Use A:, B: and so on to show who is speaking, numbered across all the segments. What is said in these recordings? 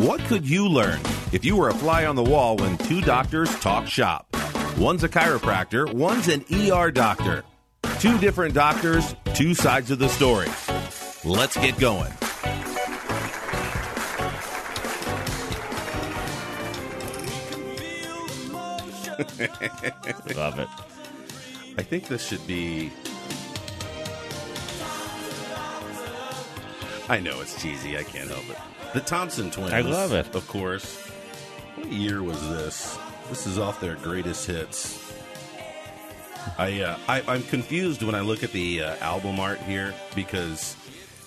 A: What could you learn if you were a fly on the wall when two doctors talk shop? One's a chiropractor, one's an ER doctor. Two different doctors, two sides of the story. Let's get going.
B: Love it.
A: I think this should be. I know it's cheesy. I can't help it. The Thompson Twins.
B: I love it.
A: Of course. What year was this? This is off their greatest hits. I, uh, I I'm confused when I look at the uh, album art here because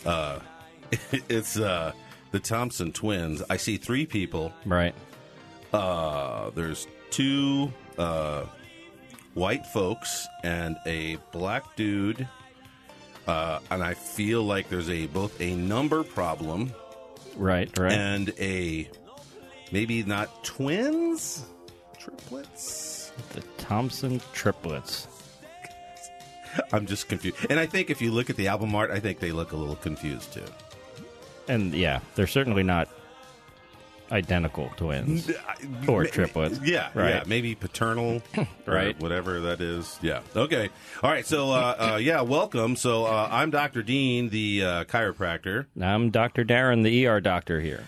A: uh, it's uh, the Thompson Twins. I see three people.
B: Right.
A: Uh, there's two uh, white folks and a black dude. Uh, and I feel like there's a both a number problem
B: Right. Right.
A: and a maybe not twins, triplets.
B: the Thompson triplets.
A: I'm just confused. And I think if you look at the album art, I think they look a little confused too.
B: And yeah, they're certainly not identical twins. Or
A: Ma-
B: triplets.
A: Yeah, yeah.
B: Right.
A: Maybe paternal, or
B: Right.
A: Whatever that is. Yeah. Okay. All right. So, uh, uh, yeah, welcome. So, uh, I'm Dr. Dean, the uh, chiropractor.
B: I'm Dr. Darren, the ER doctor here.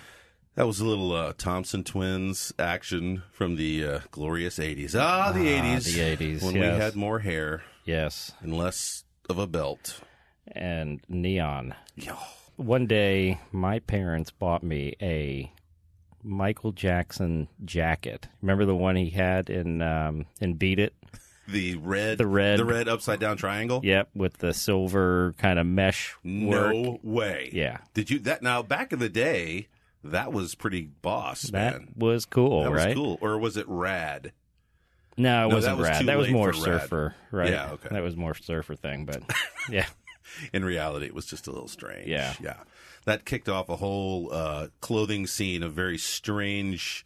A: That was a little uh, Thompson Twins action from the uh, glorious 80s. Ah, the 80s.
B: the 80s,
A: When
B: yes.
A: we had more hair
B: Yes.
A: and less of a belt.
B: And neon. One day, my parents bought me a Michael Jackson jacket. Remember the one he had in um, in Beat It?
A: The red,
B: The red-
A: the red upside down triangle.
B: Yep, with the silver kind of mesh work.
A: No way.
B: Yeah.
A: Did you that now back in the day? That was pretty boss,
B: That
A: man.
B: was cool,
A: That was
B: right?
A: cool. Or was it rad?
B: No, it
A: No,
B: wasn't
A: that was
B: rad.
A: too
B: that was
A: late
B: more
A: for rad.
B: surfer, right?
A: Yeah, okay.
B: That was more surfer thing, but yeah,
A: In reality, it was just a little strange.
B: Yeah.
A: Yeah. That kicked off a whole uh, clothing scene of very strange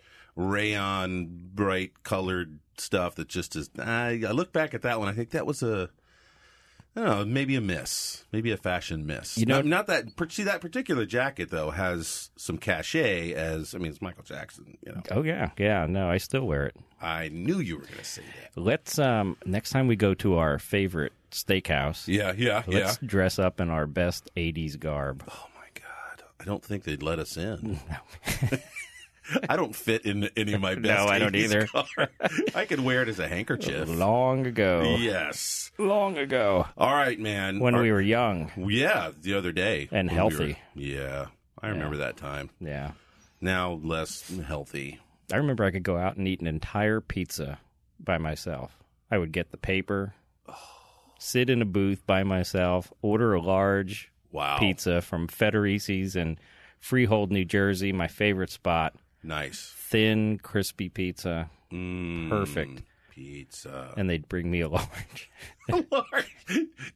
A: rayon, bright colored stuff that just is. I, I look back at that one. I think that was a. I don't know, maybe a miss, maybe a fashion miss.
B: You know-
A: not, not that. per- See, that particular jacket though has some cachet. As I mean, it's Michael Jackson. You know,
B: oh yeah, yeah. No, I still wear it.
A: I knew you were going to say that.
B: Let's um next time we go to our favorite steakhouse,
A: Yeah, yeah,
B: let's dress up in our best '80s garb.
A: Oh my god! I don't think they'd let us in. I don't fit in any of my best.
B: No, I don't
A: 80s
B: either.
A: Car. I could wear it as a handkerchief.
B: Long ago,
A: Yes.
B: long ago,
A: All right, man.
B: when
A: Our-
B: we were young.
A: yeah, the other day
B: And
A: when we
B: healthy.
A: were- yeah, I remember that time.
B: Yeah,
A: Now less healthy.
B: I remember I could go out and eat an entire pizza by myself. I would get the paper, sit in a booth by myself, order a large
A: Wow.
B: pizza from Federici's in Freehold, New Jersey, my favorite spot.
A: Nice.
B: Thin, crispy pizza,
A: Mm,
B: perfect.
A: Pizza.
B: And they'd bring me a large,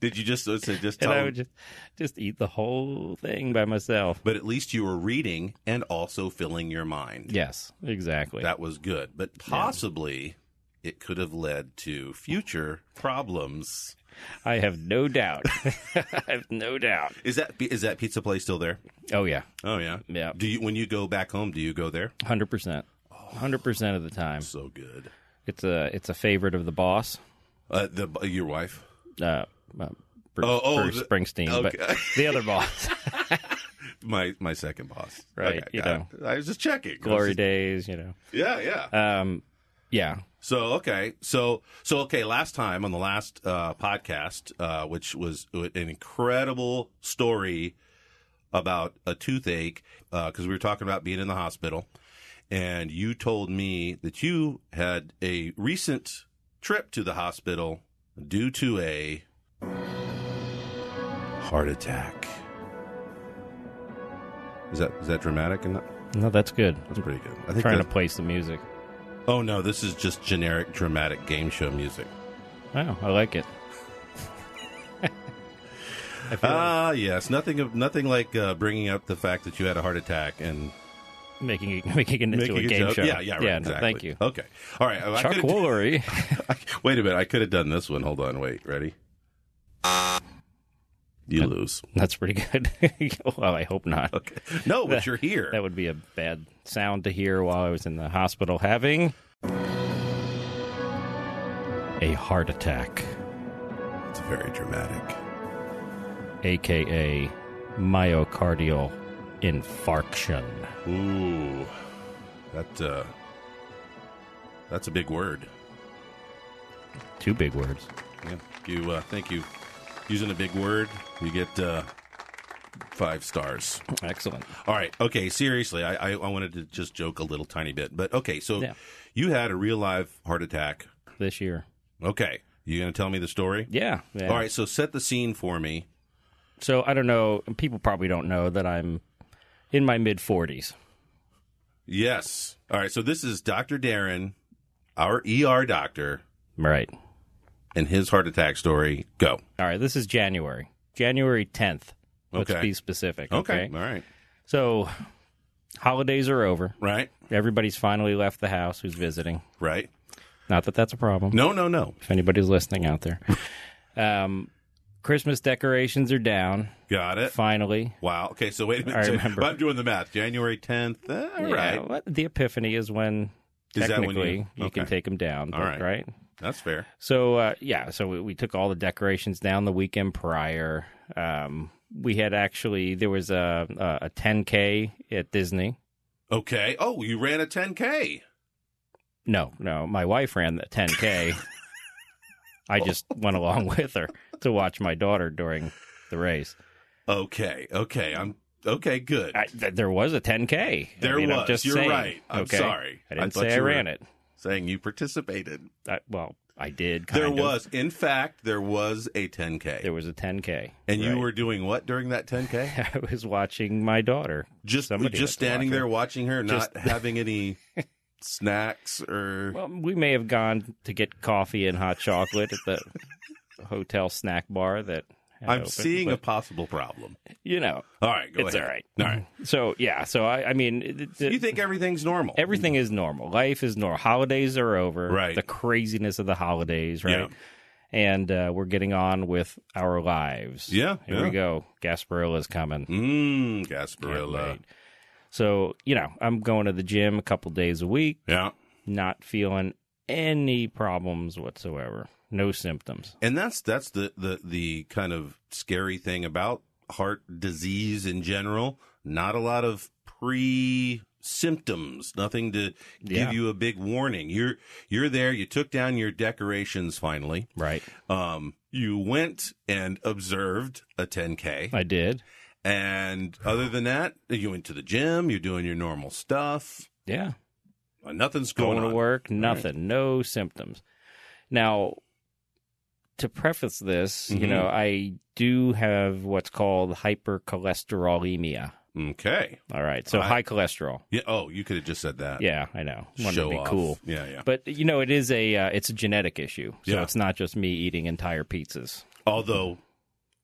A: Did you just let's say just
B: and
A: tell?
B: I
A: them-
B: would just just eat the whole thing by myself.
A: but at least you were reading and also filling your mind.
B: Yes, exactly.
A: That was good, but possibly it could have led to future problems.
B: I have no doubt. I have no doubt.
A: Is that is that pizza place still there?
B: Oh yeah,
A: Oh yeah.
B: yeah,
A: Do you when you go back home? Do you go there?
B: hundred percent,
A: Oh.
B: hundred percent of the time.
A: So good.
B: It's a it's a favorite of the boss,
A: Uh, the your wife.
B: uh, uh, Bruce,
A: Oh, oh,
B: Bruce
A: the-
B: Springsteen,
A: okay.
B: but the other boss.
A: My my second boss.
B: Right, you
A: got
B: know.
A: it. I was just checking.
B: Glory
A: I was
B: days, you know.
A: just- yeah, yeah.
B: Um, yeah,
A: So okay, so so okay. Last time on the last uh, podcast, uh, which was an incredible story about a toothache, because we were talking about being in the hospital, and you told me that you had a recent trip to the hospital due to a heart attack. Is that is that dramatic? And
B: no, that's good.
A: that's pretty good. I think
B: trying to
A: that-
B: place the music.
A: Oh no, this is just generic dramatic game show music.
B: Oh, I like it. I feel like
A: Ah, yes, nothing of nothing like uh, bringing up the fact that you had a heart attack and
B: making it, making it into
A: making
B: a game
A: joke.
B: show.
A: Yeah, yeah, right,
B: yeah.
A: exactly.
B: No, thank you,
A: Okay, all right. I
B: Chuck
A: could've-
B: Woolery.
A: I- wait a minute, I could have done this one. Hold on, wait, ready? You
B: Uh,
A: lose.
B: That's pretty good. well, I hope not.
A: Okay. No, but you're here.
B: That would be a bad sound to hear while I was in the hospital having a heart attack,
A: It's very dramatic.
B: aka myocardial infarction.
A: Ooh, that uh, that's a big word.
B: Two big words.
A: Yeah. You uh, thank you. Using a big word, you get uh, five stars.
B: Excellent.
A: All right. Okay. Seriously, I, I I wanted to just joke a little tiny bit, but okay. So
B: Yeah.
A: you had a real live heart attack.
B: This year.
A: Okay. You gonna tell me the story?
B: Yeah. yeah.
A: All right. So set the scene for me.
B: So I don't know. People probably don't know that I'm in my mid 40s.
A: Yes. All right. So this is Doctor Darren, our ER doctor,
B: Right.
A: and his heart attack story. Go.
B: All right. This is January. January 10th. Let's
A: Okay.
B: be specific.
A: Okay. All right.
B: So holidays are over.
A: Right.
B: Everybody's finally left the house who's visiting.
A: Right.
B: Not that that's a problem.
A: No. No. No.
B: If anybody's listening out there, um, Christmas decorations are down.
A: Got it.
B: Finally.
A: Wow. Okay. So wait a minute.
B: I
A: So-
B: remember.
A: I'm doing the math. January 10th. Uh, all
B: Yeah,
A: right.
B: what- the epiphany is when
A: Is that
B: technically
A: when
B: you,
A: you-
B: can
A: okay.
B: take them down.
A: All
B: but-
A: right.
B: Right.
A: That's fair.
B: So uh, yeah, so we, we took all the decorations down the weekend prior. Um, we had actually there was a a a 10k at Disney.
A: Okay. Oh, you ran a 10K.
B: No, no, my wife ran the 10k. I just went along with her to watch my daughter during the race.
A: Okay. Okay. I'm okay. Good.
B: I, th- there was a 10k. I
A: there
B: mean, I'm
A: was.
B: just
A: You're
B: saying,
A: right. I'm
B: okay?
A: sorry.
B: I didn't
A: thought
B: say I
A: you were
B: ran it.
A: Saying you participated.
B: I, well, I did.
A: there
B: kind of.
A: was, in fact, there was a 10K.
B: There was a 10k,
A: and
B: right.
A: you were doing what during that 10K?
B: I was watching my daughter.
A: Just
B: Somebody
A: just
B: had to watch
A: standing
B: her.
A: there watching her, not
B: Just-
A: having any snacks or.
B: Well, we may have gone to get coffee and hot chocolate at the hotel snack bar that had
A: I'm
B: opened,
A: seeing a
B: but,
A: possible problem.
B: you know,
A: All right. Go
B: it's
A: ahead.
B: all right.
A: All right.
B: So yeah, so I, I mean, it, it-
A: You think everything's normal?
B: everything is normal. Life is normal. Holidays are over.
A: Right.
B: The craziness of the holidays, right?
A: Yeah.
B: And uh, we're getting on with our lives.
A: Yeah,
B: Here
A: yeah.
B: we go. Gasparilla's coming. Can't
A: Mmm, Gasparilla.
B: wait. So you know, I'm going to the gym a couple days a week.
A: Yeah.
B: Not feeling any problems whatsoever. No symptoms.
A: And that's that's the, the the kind of scary thing about heart disease in general. Not a lot of pre symptoms, nothing to
B: Yeah.
A: give you a big warning. You're you're there, you took down your decorations finally.
B: Right.
A: Um you went and observed a 10K.
B: I did.
A: And other than that, you went to the gym, you're doing your normal stuff.
B: Yeah.
A: Uh, Nothing's
B: Going,
A: going, on.
B: to work, nothing, no symptoms. Now, to preface this, you
A: Mhm.
B: know, I do have what's called hypercholesterolemia.
A: Okay.
B: All right. So
A: I-
B: high cholesterol.
A: Yeah, oh, you could have just said that.
B: Yeah, I know. Wanted
A: Show
B: to be
A: off.
B: cool.
A: Yeah, yeah.
B: But you know, it is a uh, it's a genetic issue. So
A: Yeah.
B: it's not just me eating entire pizzas.
A: Although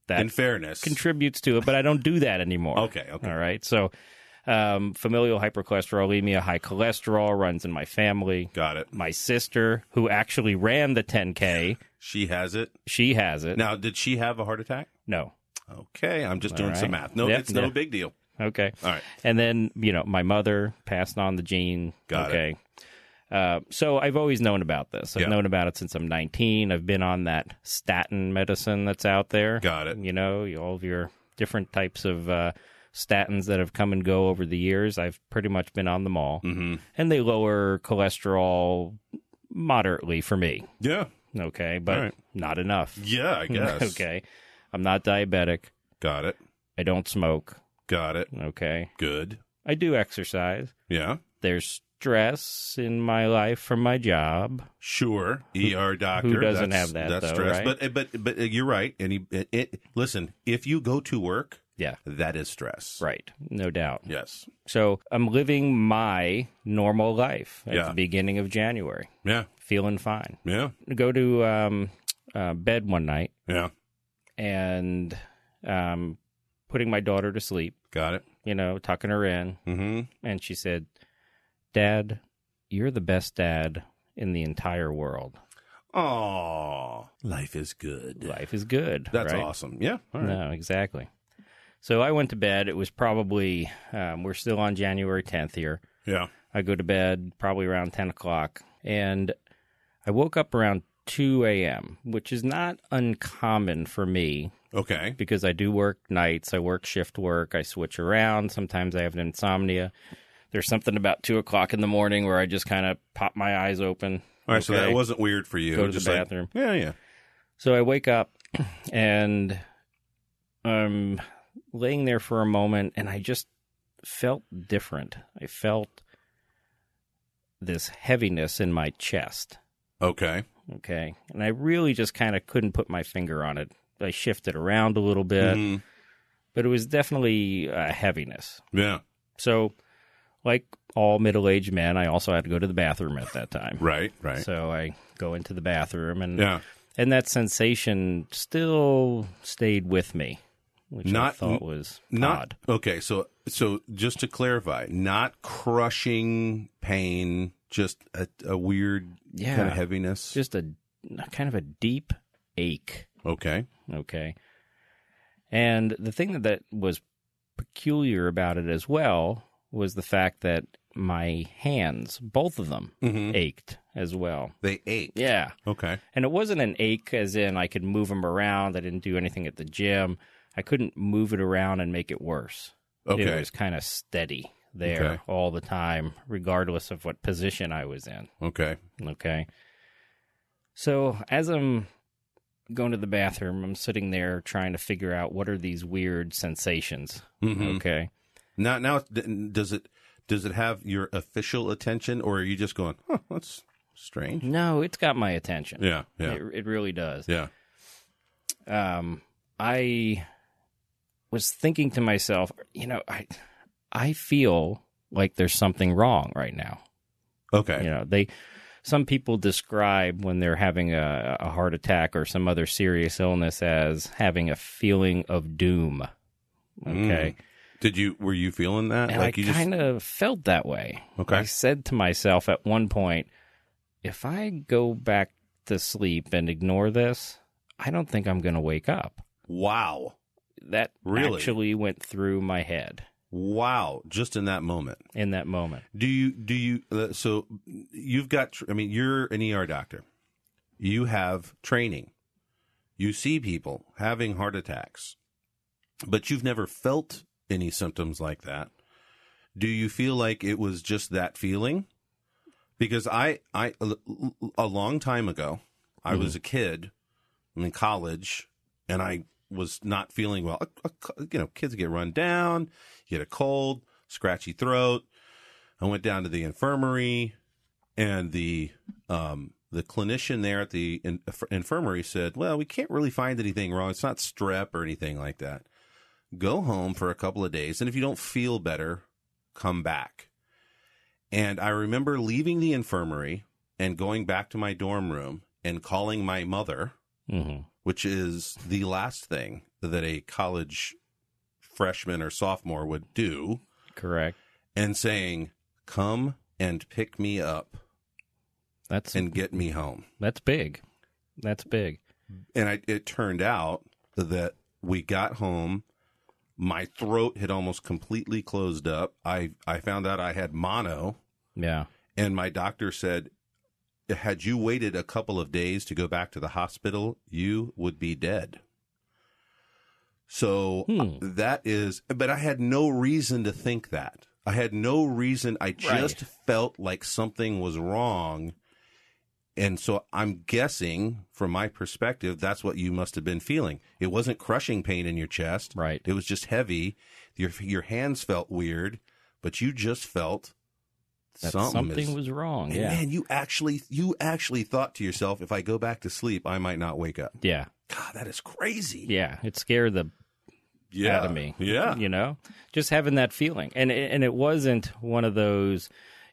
B: That
A: in fairness.
B: contributes to it, but I don't do that anymore.
A: okay, okay.
B: All right. So um, familial hypercholesterolemia, high cholesterol runs in my family.
A: Got it.
B: my sister who actually ran the 10k
A: She has it.
B: she has it
A: Now, did she have a heart attack?
B: no
A: Okay, I'm just doing
B: right.
A: some math. No,
B: Yep,
A: it's no
B: yeah.
A: big deal.
B: okay
A: All right.
B: and then you know my mother passed on the gene
A: Got it.
B: okay Uh, so I've always known about this. I've
A: Yeah.
B: known about it since I'm 19. I've been on that statin medicine that's out there.
A: Got it.
B: You know, you- all of your different types of uh, statins that have come and go over the years. I've pretty much been on them all,
A: Mm-hmm.
B: and they lower cholesterol moderately for me.
A: Yeah.
B: Okay, but
A: All right.
B: not enough.
A: Yeah, I guess.
B: okay. I'm not diabetic.
A: Got it.
B: I don't smoke.
A: Got it.
B: Okay.
A: Good.
B: I do exercise.
A: Yeah.
B: There's stress in my life from my job.
A: Sure. ER doctor.
B: doesn't
A: that's-
B: have that,
A: That's
B: though,
A: stress.
B: right?
A: But but but uh, you're right. And he, it, it, listen, if you go to work,
B: Yeah.
A: that is stress.
B: Right. No doubt.
A: Yes.
B: So I'm living my normal life at
A: Yeah.
B: the beginning of January,
A: Yeah.
B: feeling fine.
A: Yeah.
B: Go to um, uh, bed one night
A: Yeah.
B: and um, putting my daughter to sleep,
A: Got it.
B: you know, tucking her in.
A: Mm-hmm.
B: And she said, Dad, you're the best dad in the entire world.
A: Oh, life is good.
B: Life is good.
A: That's
B: right?
A: awesome. Yeah. All right.
B: No, exactly. So I went to bed. It was probably, um, we're still on January 10th here.
A: Yeah.
B: I go to bed probably around 10 o'clock. And I woke up around 2 a.m., which is not uncommon for me
A: Okay.
B: because I do work nights. I work shift work. I switch around. Sometimes I have an insomnia. There's something about 2 o'clock in the morning where I just kind of pop my eyes open.
A: All right. So that
B: Okay.
A: wasn't weird for you.
B: Go to
A: Just
B: the
A: like-
B: bathroom.
A: yeah. Yeah.
B: So I wake up and I'm laying there for a moment and I just felt different. I felt this heaviness in my chest.
A: Okay.
B: Okay. And I really just kind of couldn't put my finger on it. I shifted around a little bit,
A: Mhm.
B: but it was definitely a heaviness.
A: Yeah.
B: So, like all middle aged men, I also had to go to the bathroom at that time.
A: Right. Right.
B: So I go into the bathroom and
A: yeah.
B: and that sensation still stayed with me, which I
A: Not-
B: thought was
A: Not
B: odd.
A: okay. So so just to clarify, not crushing pain, just a, a weird
B: Yeah,
A: kind of heaviness.
B: just a kind of a deep ache.
A: okay.
B: Okay, and the thing that, that was peculiar about it as well was the fact that my hands, both of them,
A: Mhm.
B: ached as well.
A: They ache.
B: Yeah,
A: Okay.
B: and it wasn't an ache as in I could move them around. I didn't do anything at the gym. I couldn't move it around and make it worse.
A: Okay.
B: it was kind of steady there
A: Okay.
B: all the time, regardless of what position I was in.
A: okay.
B: Okay. So as I'm going to the bathroom, I'm sitting there trying to figure out what are these weird sensations.
A: Mhm.
B: Okay.
A: Now now it's- d- does it does it have your official attention or are you just going, huh, that's strange?
B: No, it's got my attention.
A: Yeah. Yeah.
B: It, it really does.
A: Yeah.
B: Um, I was thinking to myself, you know, I I feel like there's something wrong right now.
A: Okay.
B: you know they some people describe when they're having a, a heart attack or some other serious illness as having a feeling of doom okay
A: Did you were you feeling that?
B: and i
A: Mm. you
B: kind of felt that way
A: Okay.
B: i said to myself at one point if i go back to sleep and ignore this i don't think i'm going to wake up
A: Wow.
B: that
A: Really?
B: actually went through my head
A: Wow. Just in that moment.
B: in that moment
A: Do you do you uh, so you've got tr- I mean you're an ER doctor. You have training. You see people having heart attacks. But you've never felt any symptoms like that. Do you feel like it was just that feeling? Because I I a l- a long time ago, I was a kid I'm in college and I was not feeling well. A- a- You know, kids get run down, you get a cold, scratchy throat. I went down to the infirmary, and the um, the clinician there at the in, infirmary said, "Well, we can't really find anything wrong. It's not strep or anything like that. Go home for a couple of days, and if you don't feel better, come back." And I remember leaving the infirmary and going back to my dorm room and calling my mother
B: hmm
A: which is the last thing that a college freshman or sophomore would do,
B: correct
A: and saying, Come and pick me up
B: that's
A: and get me home.
B: that's big that's big
A: And I, it turned out that we got home. My throat had almost completely closed up. I, I found out I had mono,
B: yeah
A: and my doctor said, Had you waited a couple of days to go back to the hospital, you would be dead. So
B: Hmm.
A: That is, but I had no reason to think that. I had no reason. I just felt like something was wrong. And so I'm guessing, from my perspective, that's what you must have been feeling. It wasn't crushing pain in your chest.
B: right
A: It was just heavy. Your your hands felt weird, but you just felt
B: That
A: something.
B: something
A: is-
B: was wrong.
A: and
B: Yeah.
A: man, you actually you actually thought to yourself, if I go back to sleep, I might not wake up.
B: yeah.
A: God, that is crazy.
B: Yeah. It scared the out of me.
A: Yeah.
B: You know, just having that feeling. And, and it wasn't one of those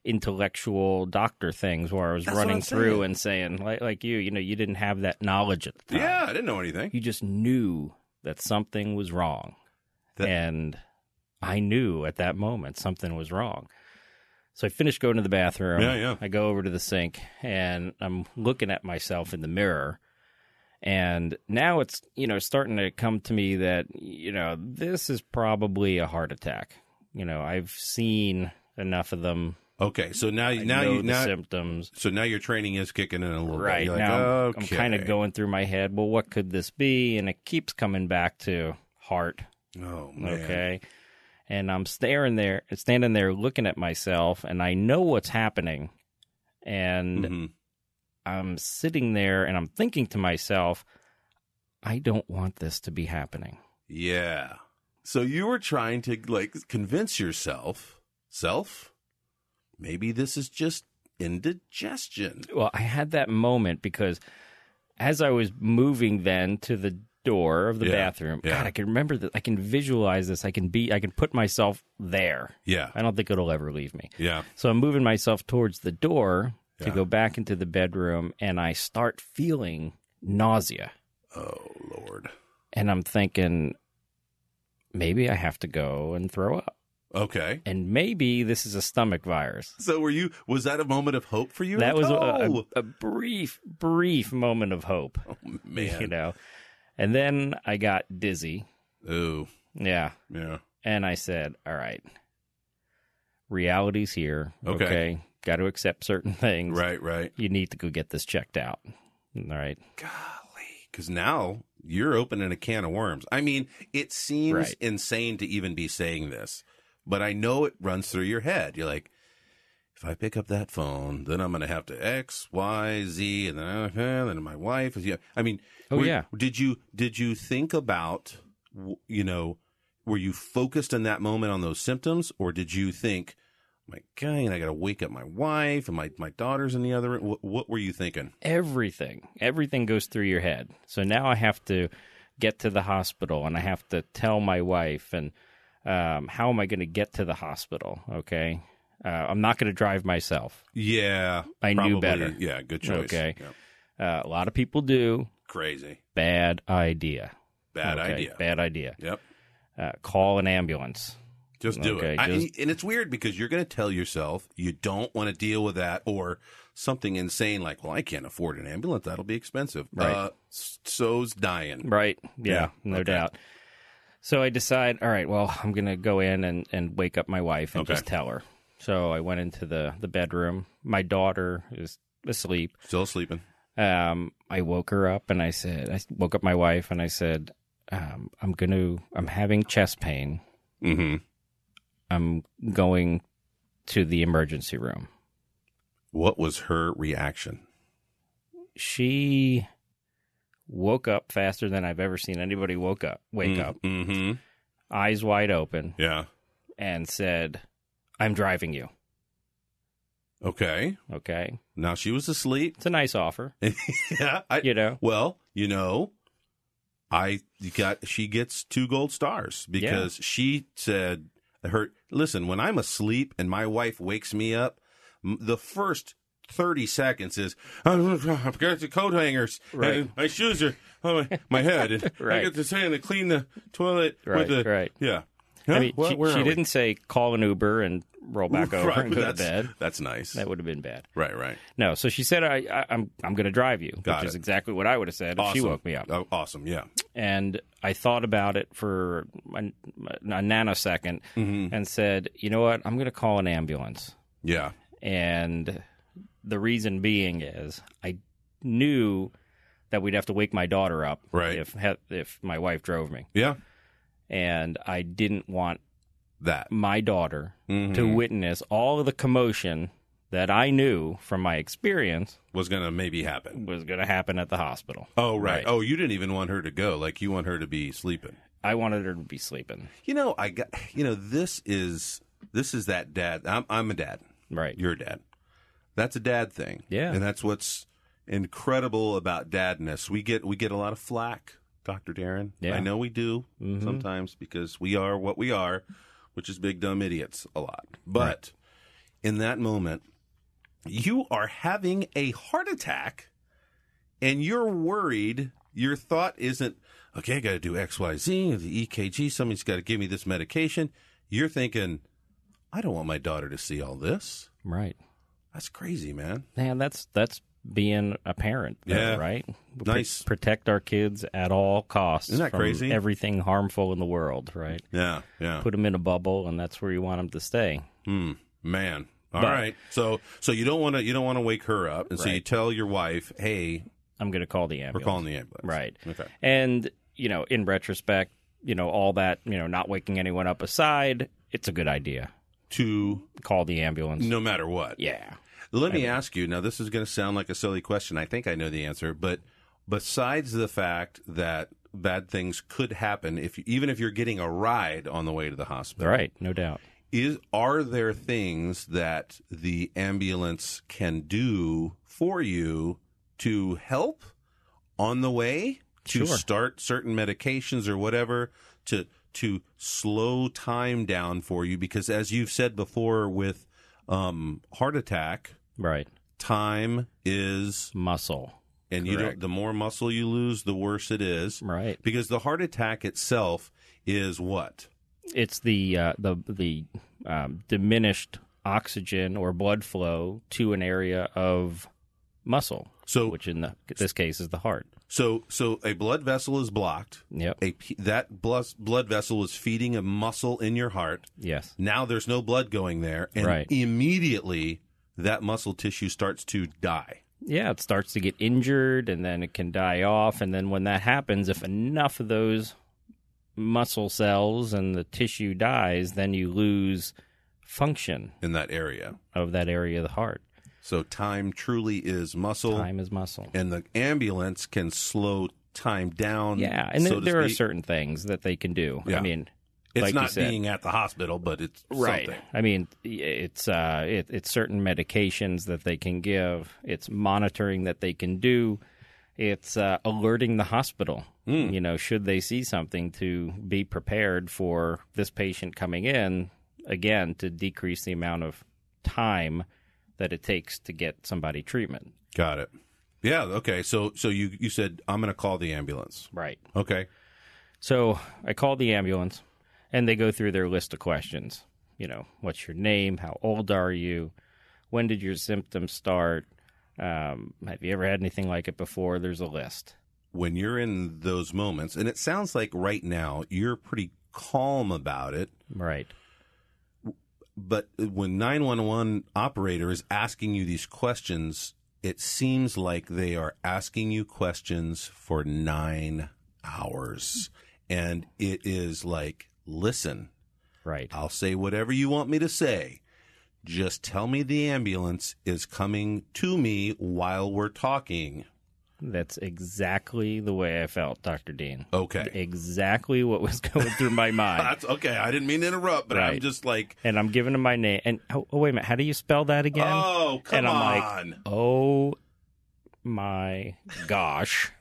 B: intellectual doctor things where I was
A: That's what
B: running
A: I'm
B: through
A: saying.
B: and saying, like, like you, you know, you didn't have that knowledge at the time.
A: Yeah, I didn't know anything.
B: You just knew that something was wrong.
A: That-
B: and I knew at that moment something was wrong. So I finish going to the bathroom.
A: Yeah, yeah.
B: I go over to the sink and I'm looking at myself in the mirror. And now it's, you know, starting to come to me that, you know, this is probably a heart attack. You know, I've seen enough of them.
A: Okay, so now
B: I
A: now
B: know
A: you
B: the
A: now
B: symptoms.
A: so now your training is kicking in a little
B: Right.
A: bit. You're like,
B: now I'm-
A: okay.
B: I'm kind of going through my head, well, what could this be? And it keeps coming back to heart.
A: Oh man.
B: Okay. And I'm staring there, standing there looking at myself, and I know what's happening. And
A: Mhm.
B: I'm sitting there and I'm thinking to myself, I don't want this to be happening.
A: Yeah. So you were trying to like convince yourself, self, maybe this is just indigestion.
B: Well, I had that moment because as I was moving then to the door of the
A: Yeah,
B: bathroom,
A: yeah.
B: God, I can remember that. I can visualize this. I can be, I can put myself there.
A: Yeah.
B: I don't think it'll ever leave me.
A: Yeah.
B: So I'm moving myself towards the door
A: Yeah.
B: to go back into the bedroom, and I start feeling nausea.
A: Oh lord.
B: And I'm thinking, maybe I have to go and throw up.
A: Okay.
B: And maybe this is a stomach virus.
A: So were you? Was that a moment of hope for you?
B: That was uh, a,
A: oh,
B: a, a brief, brief moment of hope,
A: oh man.
B: you know. And then I got dizzy.
A: Ooh.
B: Yeah.
A: Yeah.
B: And I said, all right, reality's here.
A: Okay.
B: Got to accept certain things.
A: Right. Right.
B: you need to go get this checked out. All right.
A: Golly. Because now you're opening a can of worms. I mean, it seems
B: Right.
A: insane to even be saying this, but I know it runs through your head. You're like, if I pick up that phone, then I'm going to have to X, Y, Z, and then, uh, then my wife is. Yeah. I mean,
B: Oh,
A: were-
B: yeah.
A: Did you did you think about w- you know were you focused in that moment on those symptoms, or did you think, my guy, and I got to wake up my wife and my my daughter's in the other room? What, what were you thinking?
B: Everything, everything goes through your head. So now I have to get to the hospital and I have to tell my wife and um, how am I going to get to the hospital? Okay. Uh, I'm not going to drive myself.
A: Yeah,
B: I knew
A: probably.
B: better.
A: Yeah, good choice.
B: Okay.
A: Yeah.
B: Uh, a lot of people do.
A: Crazy.
B: Bad idea.
A: Bad
B: Okay,
A: idea.
B: Bad idea.
A: Yep.
B: Uh, call an ambulance.
A: Just do
B: Okay,
A: it. I- e,
B: just-
A: and it's weird because you're going to tell yourself you don't want to deal with that or something insane like, well, I can't afford an ambulance. That'll be expensive.
B: Right.
A: Uh, s- so's dying.
B: Right. Yeah,
A: Yeah,
B: no
A: okay.
B: doubt. So I decide, all right, well, I'm going to go in and, and wake up my wife and
A: Okay.
B: just tell her. So I went into the, the bedroom. My daughter is asleep.
A: Still sleeping.
B: Um, I woke her up and I said, I woke up my wife and I said, um, I'm going to, I'm having chest pain.
A: Mm-hmm.
B: I'm going to the emergency room.
A: What was her reaction?
B: She woke up faster than I've ever seen anybody woke up, wake up,
A: Mm-hmm.
B: eyes wide open.
A: Yeah.
B: and said, I'm driving you.
A: Okay.
B: Okay.
A: Now she was asleep.
B: It's a nice offer,
A: yeah. I,
B: you know?
A: Well, you know, I got she gets two gold stars because she said her listen, when I'm asleep and my wife wakes me up, m- the first 30 seconds is I've got the coat hangers
B: Right.
A: and my shoes are on my, my head and I
B: Right.
A: got to say and clean the toilet
B: Right,
A: with the
B: right.
A: yeah.
B: I mean,
A: Huh? Where-
B: she,
A: where
B: she
A: are we?
B: didn't say call an Uber and roll back over
A: Right,
B: and go to
A: that's,
B: bed.
A: That's nice.
B: That would have been bad.
A: right, right.
B: No, so she said, I, I, I'm, I'm going to drive you,
A: Got
B: which
A: it.
B: is exactly what I would have said if she
A: Awesome.
B: woke me up.
A: Oh, awesome, yeah.
B: And I thought about it for a, a nanosecond
A: Mm-hmm.
B: and said, you know what? I'm going to call an ambulance.
A: Yeah.
B: And the reason being is I knew that we'd have to wake my daughter up
A: Right.
B: if if my wife drove me.
A: Yeah.
B: and I didn't want
A: That.
B: my daughter
A: Mhm.
B: to witness all of the commotion that I knew from my experience
A: was going to maybe happen.
B: was going to happen at the hospital.
A: Oh, right.
B: Right.
A: Oh, you didn't even want her to go. Like you want her to be sleeping.
B: I wanted her to be sleeping.
A: You know, I got. You know, this is this is that dad. I'm I'm a dad.
B: Right.
A: You're a dad. That's a dad thing.
B: Yeah.
A: And that's what's incredible about dadness. We get we get a lot of flack, Doctor Darren.
B: Yeah.
A: I know we do
B: Mhm.
A: sometimes because we are what we are, which is big dumb idiots a lot. But in that moment, you are having a heart attack and you're worried. Your thought isn't, okay, I got E to do X, Y, Z, the EKG, somebody's got to give me this medication. You're thinking, I don't want my daughter to see all this.
B: Right.
A: That's crazy, man.
B: Man, that's that's being a parent. though,
A: Yeah.
B: Right. We
A: Nice.
B: protect our kids at all costs.
A: Isn't that
B: from
A: crazy?
B: Everything harmful in the world. Right.
A: Yeah, yeah.
B: Put them in a bubble, and that's where you want them to stay.
A: Hmm. Man. All
B: But-
A: right. So so you don't want to you don't want to wake her up, and so you
B: Right.
A: tell your wife, "Hey,
B: I'm going to call the
A: we're
B: ambulance.
A: calling the ambulance."
B: Right.
A: Okay.
B: And, you know, in retrospect, you know, all that, you know, not waking anyone up aside, it's a good idea.
A: To
B: Call the ambulance.
A: no matter what.
B: Yeah.
A: Let me ask you. Now, this is going to sound like a silly question. I think I know the answer, but besides the fact that bad things could happen, if you, even if you're getting a ride on the way to the hospital,
B: Right. No doubt.
A: is are there things that the ambulance can do for you to help on the way to
B: Sure.
A: start certain medications or whatever to to slow time down for you because as you've said before with um, heart attack
B: Right.
A: time is
B: Muscle.
A: and you don't,
B: Correct.
A: the more muscle you lose the worse it is
B: Right.
A: because the heart attack itself is what
B: It's the uh, the the um, diminished oxygen or blood flow to an area of muscle,
A: so
B: which in the, this case is the heart.
A: so so a blood vessel is blocked
B: Yep.
A: a p- that blus- blood vessel was feeding a muscle in your heart.
B: Yes.
A: Now there's no blood going there, and
B: Right.
A: immediately that muscle tissue starts to die.
B: Yeah, it starts to get injured and then it can die off. And then when that happens, if enough of those muscle cells and the tissue dies, then you lose function
A: In that area,
B: of that area of the heart.
A: so time truly is muscle,
B: Time is muscle.
A: and the ambulance can slow time down.
B: Yeah, and
A: so
B: there,
A: to
B: there are
A: speak.
B: certain things that they can do.
A: Yeah.
B: I mean,
A: It's
B: like you
A: not
B: said.
A: being at the hospital, but it's something.
B: I mean, it's uh, it, it's certain medications that they can give. It's monitoring that they can do. It's uh, alerting the hospital. You know, should they see something to be prepared for this patient coming in again to decrease the amount of time that it takes to get somebody treatment.
A: Got it. Yeah. Okay. So so you you said I'm going to call the ambulance.
B: Right.
A: Okay.
B: So I called the ambulance and they go through their list of questions. You know, what's your name? How old are you? When did your symptoms start? Um, have you ever had anything like it before? There's a list.
A: when you're in those moments, and it sounds like right now you're pretty calm about it,
B: Right.
A: but when 911 operator is asking you these questions, it seems like they are asking you questions for nine hours. And it is like, listen,
B: Right.
A: I'll say whatever you want me to say. Just tell me the ambulance is coming to me while we're talking.
B: That's exactly the way I felt, Dr. Dean.
A: Okay.
B: Exactly what was going through my mind.
A: That's okay. I didn't mean to interrupt, but I'm
B: Right.
A: just like,
B: And I'm giving him my name. And oh, oh, wait a minute. How do you spell that again?
A: Oh, come
B: and I'm
A: on.
B: like, oh my gosh.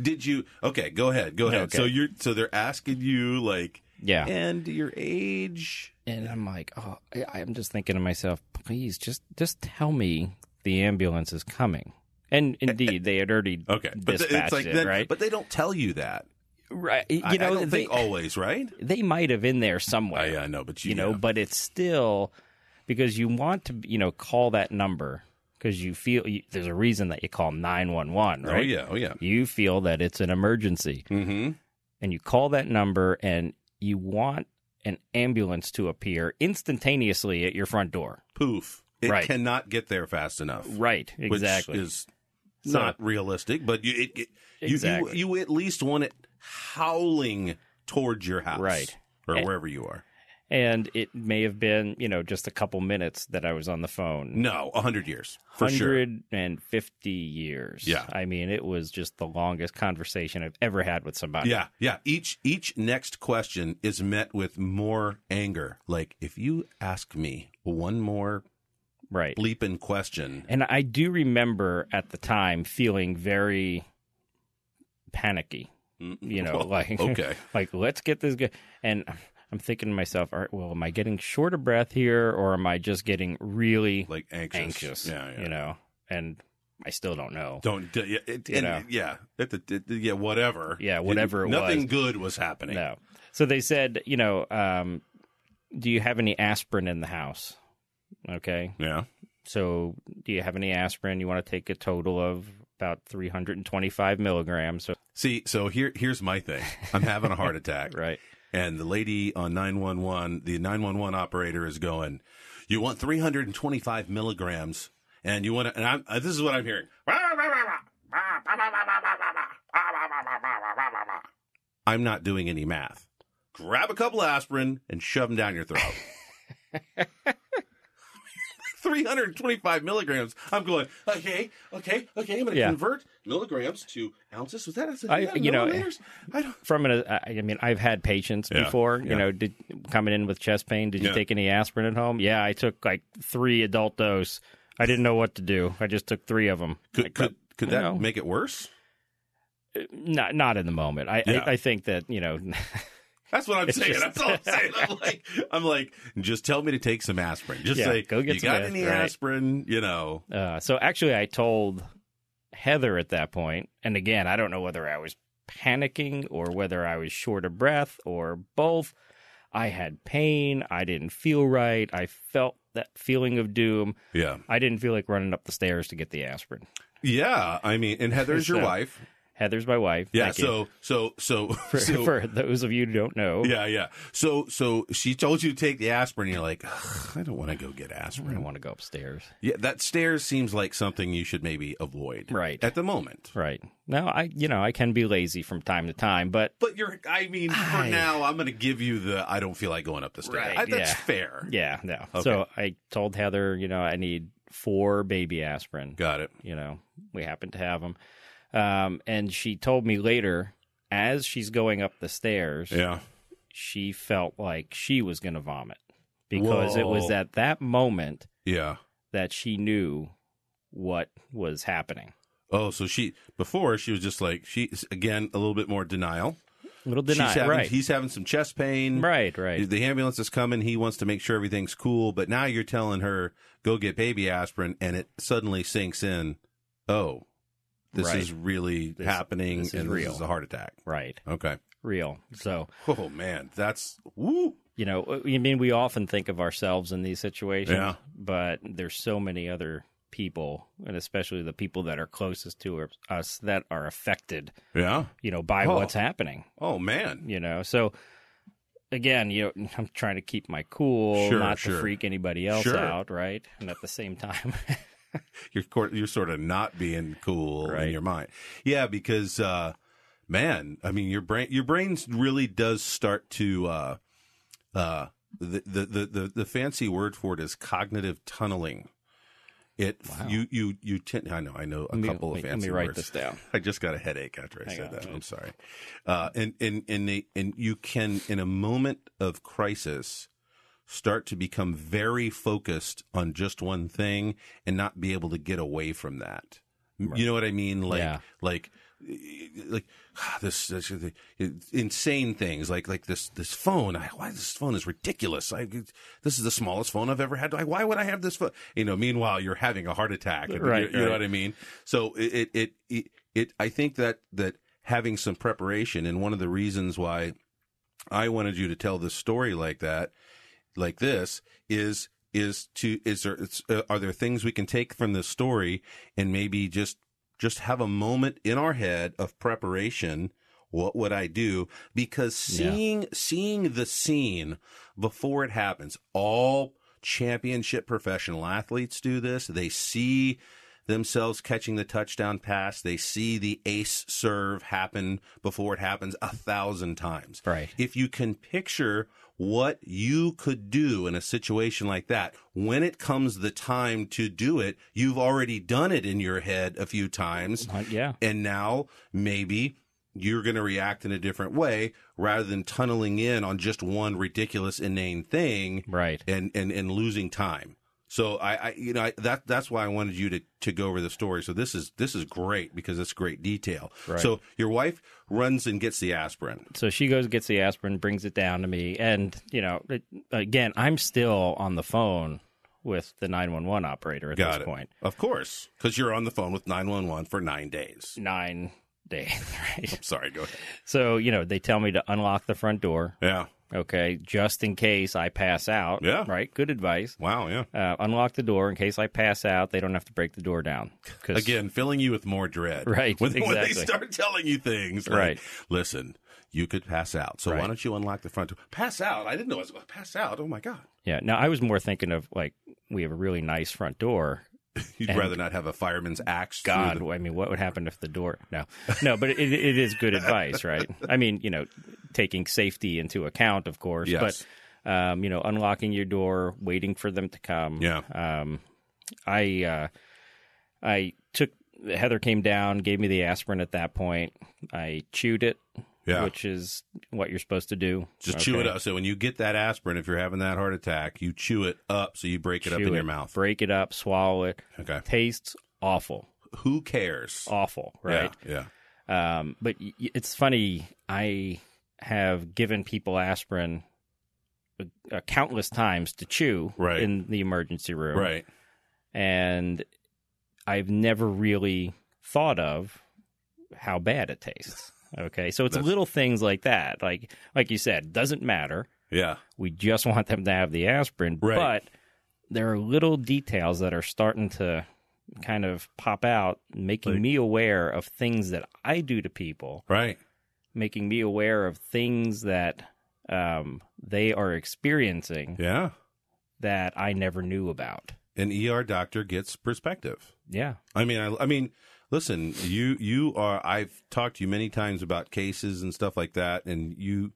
A: Did you Okay, go ahead. Go ahead.
B: Okay.
A: So you're so they're asking you like
B: Yeah.
A: and your age.
B: and I'm like, oh, I- I'm just thinking to myself, please just just tell me the ambulance is coming. And indeed, they had already
A: Eh, Okay. th-
B: dispatched it,
A: then-
B: right?
A: but they don't tell you that.
B: right, you
A: I,
B: know,
A: I don't
B: they,
A: think always, right?
B: they might have in there somewhere,
A: I, I know, but you,
B: you know,
A: yeah.
B: but it's still because you want to, you know, call that number because you feel you, there's a reason that you call nine one one,
A: Oh
B: right?
A: yeah, oh yeah.
B: You feel that it's an emergency,
A: Mhm.
B: and you call that number, and you want an ambulance to appear instantaneously at your front door.
A: Poof. It
B: Right.
A: cannot get there fast enough.
B: Right,
A: Which
B: exactly.
A: is
B: So-
A: not realistic, but you it, it- you,
B: Exactly.
A: you you at least want it howling towards your house.
B: Right.
A: Or
B: And-
A: wherever you are.
B: and it may have been, you know, just a couple minutes that I was on the phone.
A: No, a hundred years. Mm, For sure.
B: 150 years.
A: Yeah.
B: I mean, it was just the longest conversation I've ever had with somebody.
A: Yeah, yeah. Each each next question is met with more anger. Like if you ask me one more
B: Right.
A: bleeping question,
B: And I do remember at the time feeling very panicky, you know,
A: well,
B: like,
A: okay,
B: like, let's get this good. And I'm thinking to myself, all right, well, am I getting short of breath here or am I just getting really
A: like anxious,
B: anxious?
A: Yeah, yeah.
B: You know, and I still don't know.
A: Don't d- yeah, it,
B: You
A: and-
B: know.
A: yeah, it- it- it- yeah, whatever,
B: Yeah, whatever it
A: Nothing
B: was.
A: good was happening.
B: No. So they said, you know, um, do you have any aspirin in the house? Okay.
A: Yeah.
B: So, do you have any aspirin? You want to take a total of about 325 milligrams. So,
A: See, so here here's my thing. I'm having a heart attack.
B: right.
A: and the lady on 911, the 911 operator is going, "You want 325 milligrams, and you want to." And I'm, uh, this is what I'm hearing. I'm not doing any math. Grab a couple aspirin and shove them down your throat. 325 milligrams. I'm going, okay, okay, okay. I'm going to
B: Yeah.
A: convert milligrams to ounces. Was that, is that
B: I- you know,
A: milliliters? I don't,
B: From an, uh, I I mean, I've had patients
A: Yeah,
B: before,
A: yeah.
B: you know, did, coming in with chest pain. Did you
A: Yeah.
B: take any aspirin at home? Yeah, I took like three adult dose. I didn't know what to do. I just took three of them.
A: Could could could
B: you
A: that
B: know.
A: make it worse?
B: uh, Not not in the moment. I
A: Yeah.
B: I, I think that you know,
A: That's what I'm
B: It's
A: saying.
B: just-
A: That's all I'm saying. I'm like, I'm like, just tell me to take some aspirin. Just
B: Yeah,
A: say,
B: go get
A: you
B: some
A: got
B: aspirin,
A: any
B: right.
A: aspirin? You know,
B: Uh, so actually, I told Heather at that point, and again, I don't know whether I was panicking or whether I was short of breath or both. I had pain. I didn't feel right. I felt that feeling of doom.
A: yeah,
B: I didn't feel like running up the stairs to get the aspirin.
A: yeah. I mean, and Heather's your
B: So-
A: wife.
B: Heather's my wife.
A: Yeah.
B: Thank you.
A: so, so, so,
B: for,
A: so
B: for those of you who don't know,
A: yeah, yeah. So, so she told you to take the aspirin. You're like, "Ugh, I don't want to go get
B: I
A: aspirin.
B: don't want to go upstairs.
A: Yeah, that stairs seems like something you should maybe avoid
B: Right.
A: at the moment.
B: Right. No, I you know I can be lazy from time to time, but
A: But you're, I mean, for
B: I-
A: now, I'm going to give you the. I don't feel like going up the stairs.
B: Right,
A: I, that's
B: yeah.
A: fair.
B: yeah, no.
A: Okay.
B: So I told Heather, you know, I need four baby aspirin.
A: Got it.
B: you know, we happen to have them. Um, and she told me later, as she's going up the stairs,
A: Yeah.
B: she felt like she was going to vomit because it was
A: Whoa.
B: at that moment
A: Yeah.
B: that she knew what was happening.
A: Oh, so she before she was just like she's again a little bit more denial.
B: Little
A: She's
B: denied,
A: having,
B: right?
A: He's having some chest pain.
B: Right, right.
A: The ambulance is coming. He wants to make sure everything's cool, but now you're telling her go get baby aspirin, and it suddenly sinks in. Oh, this
B: Right.
A: is really
B: This-
A: happening,
B: this is
A: and
B: real.
A: this is a heart attack.
B: Right,
A: Okay.
B: real. So,
A: Oh man, that's woo.
B: you know, you mean we often think of ourselves in these situations,
A: Yeah.
B: but there's so many other people, and especially the people that are closest to us that are affected,
A: Yeah.
B: you know, by
A: Oh.
B: what's happening.
A: Oh man.
B: you know so again you know, i'm trying to keep my cool
A: Sure,
B: not
A: sure.
B: to freak anybody else
A: Sure.
B: out right and at the same time
A: you're cor- you're sort of not being cool in
B: Right.
A: your mind. Yeah, because uh, man, I mean your brain your brain really does start to uh, uh, the, the the the the fancy word for it is cognitive tunneling. It
B: Wow.
A: you you you tend I know I know a
B: Let me-
A: couple
B: wait,
A: of
B: let
A: fancy
B: me write
A: words.
B: this down.
A: I just got a headache after I
B: Hang
A: said
B: on,
A: that.
B: wait.
A: I'm sorry. Uh, and and and they, and you can in a moment of crisis start to become very focused on just one thing and not be able to get away from that. M- You know what I mean? Like
B: Yeah.
A: like like this, this insane things like like this this phone I, why this phone is ridiculous I this is the smallest phone I've ever had like why would I have this phone you know meanwhile you're having a heart attack you-
B: Right,
A: you, know
B: right.
A: what I mean so it it, it it it I think that that having some preparation and one of the reasons why I wanted you to tell this story like that, like this, is is to is there it's, uh, are there things we can take from this story and maybe just just have a moment in our head of preparation. What would I do? Because
B: Yeah.
A: seeing seeing the scene before it happens, all championship professional athletes do this. They see themselves catching the touchdown pass. They see the ace serve happen before it happens a thousand times
B: right
A: if you can picture what you could do in a situation like that, when it comes the time to do it, you've already done it in your head a few times.
B: Uh, yeah
A: And now maybe you're going to react in a different way rather than tunneling in on just one ridiculous, inane thing
B: right
A: and, and, and losing time. So I, I you know I, that that's why I wanted you to, to go over the story. So this is this is great because it's great detail.
B: Right.
A: So your wife runs and gets the aspirin.
B: so she goes gets the aspirin brings it down to me and you know it, again i'm still on the phone with the 911 operator at
A: Got
B: this
A: it.
B: point
A: Of course, because you're on the phone with 911 for nine days.
B: nine day. Right.
A: Sorry, go ahead.
B: So, you know, they tell me to unlock the front door.
A: Yeah.
B: Okay. Just in case I pass out.
A: Yeah.
B: Right. Good advice.
A: Wow. Yeah.
B: Uh, unlock the door in case I pass out. They don't have to break the door down. 'Cause-
A: Again, filling you with more dread.
B: Right,
A: When, when they
B: exactly.
A: start telling you things. Like,
B: Right.
A: Listen, you could pass out. So why
B: Right.
A: don't you unlock the front door? Pass out. I didn't know I was going to pass out. Oh my God.
B: Yeah. Now, I was more thinking of like, we have a really nice front door.
A: You'd
B: And-
A: rather not have a fireman's axe. through
B: God,
A: the-
B: I mean, what would happen if the door? No, no, but it, it is good advice, right? I mean, you know, taking safety into account, of course,
A: Yes.
B: but um, you know, unlocking your door, waiting for them to come.
A: Yeah.
B: Um, I uh, I took Heather came down, gave me the aspirin at that point. I chewed it,
A: Yeah.
B: which is what you're supposed to do.
A: Just chew it
B: Okay.
A: up. So when you get that aspirin, if you're having that heart attack, you chew it up so you break it up
B: Chew
A: in your
B: it,
A: mouth.
B: break it up, swallow it.
A: Okay.
B: Tastes awful,
A: Who cares?
B: awful, right?
A: Yeah. yeah.
B: Um, but y- y- it's funny. I have given people aspirin uh, countless times to chew
A: Right.
B: in the emergency room,
A: Right.
B: and I've never really thought of how bad it tastes. Okay, so it's
A: That's-
B: little things like that. Like like you said, doesn't matter.
A: Yeah.
B: We just want them to have the aspirin,
A: Right.
B: but there are little details that are starting to kind of pop out, making
A: Like-
B: me aware of things that I do to people
A: Right.
B: making me aware of things that um, they are experiencing
A: Yeah.
B: that I never knew about.
A: An ER doctor gets perspective.
B: Yeah.
A: I mean, I, I mean, listen, you you are. I've talked to you many times about cases and stuff like that, and you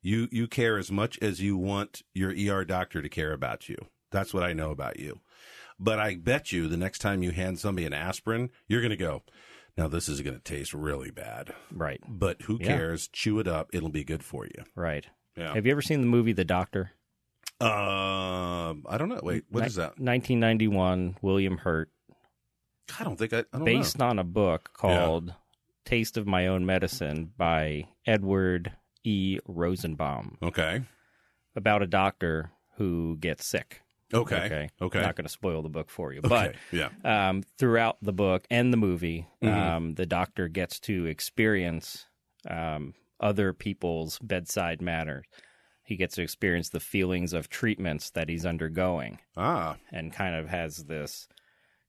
A: you you care as much as you want your ER doctor to care about you. That's what I know about you. But I bet you the next time you hand somebody an aspirin, you're going to go. Now this is going to taste really bad,
B: Right.
A: but who
B: Yeah.
A: cares? Chew it up; it'll be good for you.
B: Right.
A: Yeah.
B: Have you ever seen the movie The Doctor?
A: Um, I don't know. Wait, what
B: Ni-
A: is that?
B: 1991, William Hurt,
A: I don't think I. I don't
B: based
A: know.
B: on a book called Taste of My Own Medicine by Edward E. Rosenbaum
A: Okay.
B: about a doctor who gets sick.
A: Okay.
B: Okay.
A: Okay.
B: Not going to spoil the book for you, but
A: Okay. yeah.
B: um, throughout the book and the movie,
A: Mhm.
B: um, the doctor gets to experience um, other people's bedside manner. He gets to experience the feelings of treatments that he's undergoing,
A: Ah,
B: and kind of has this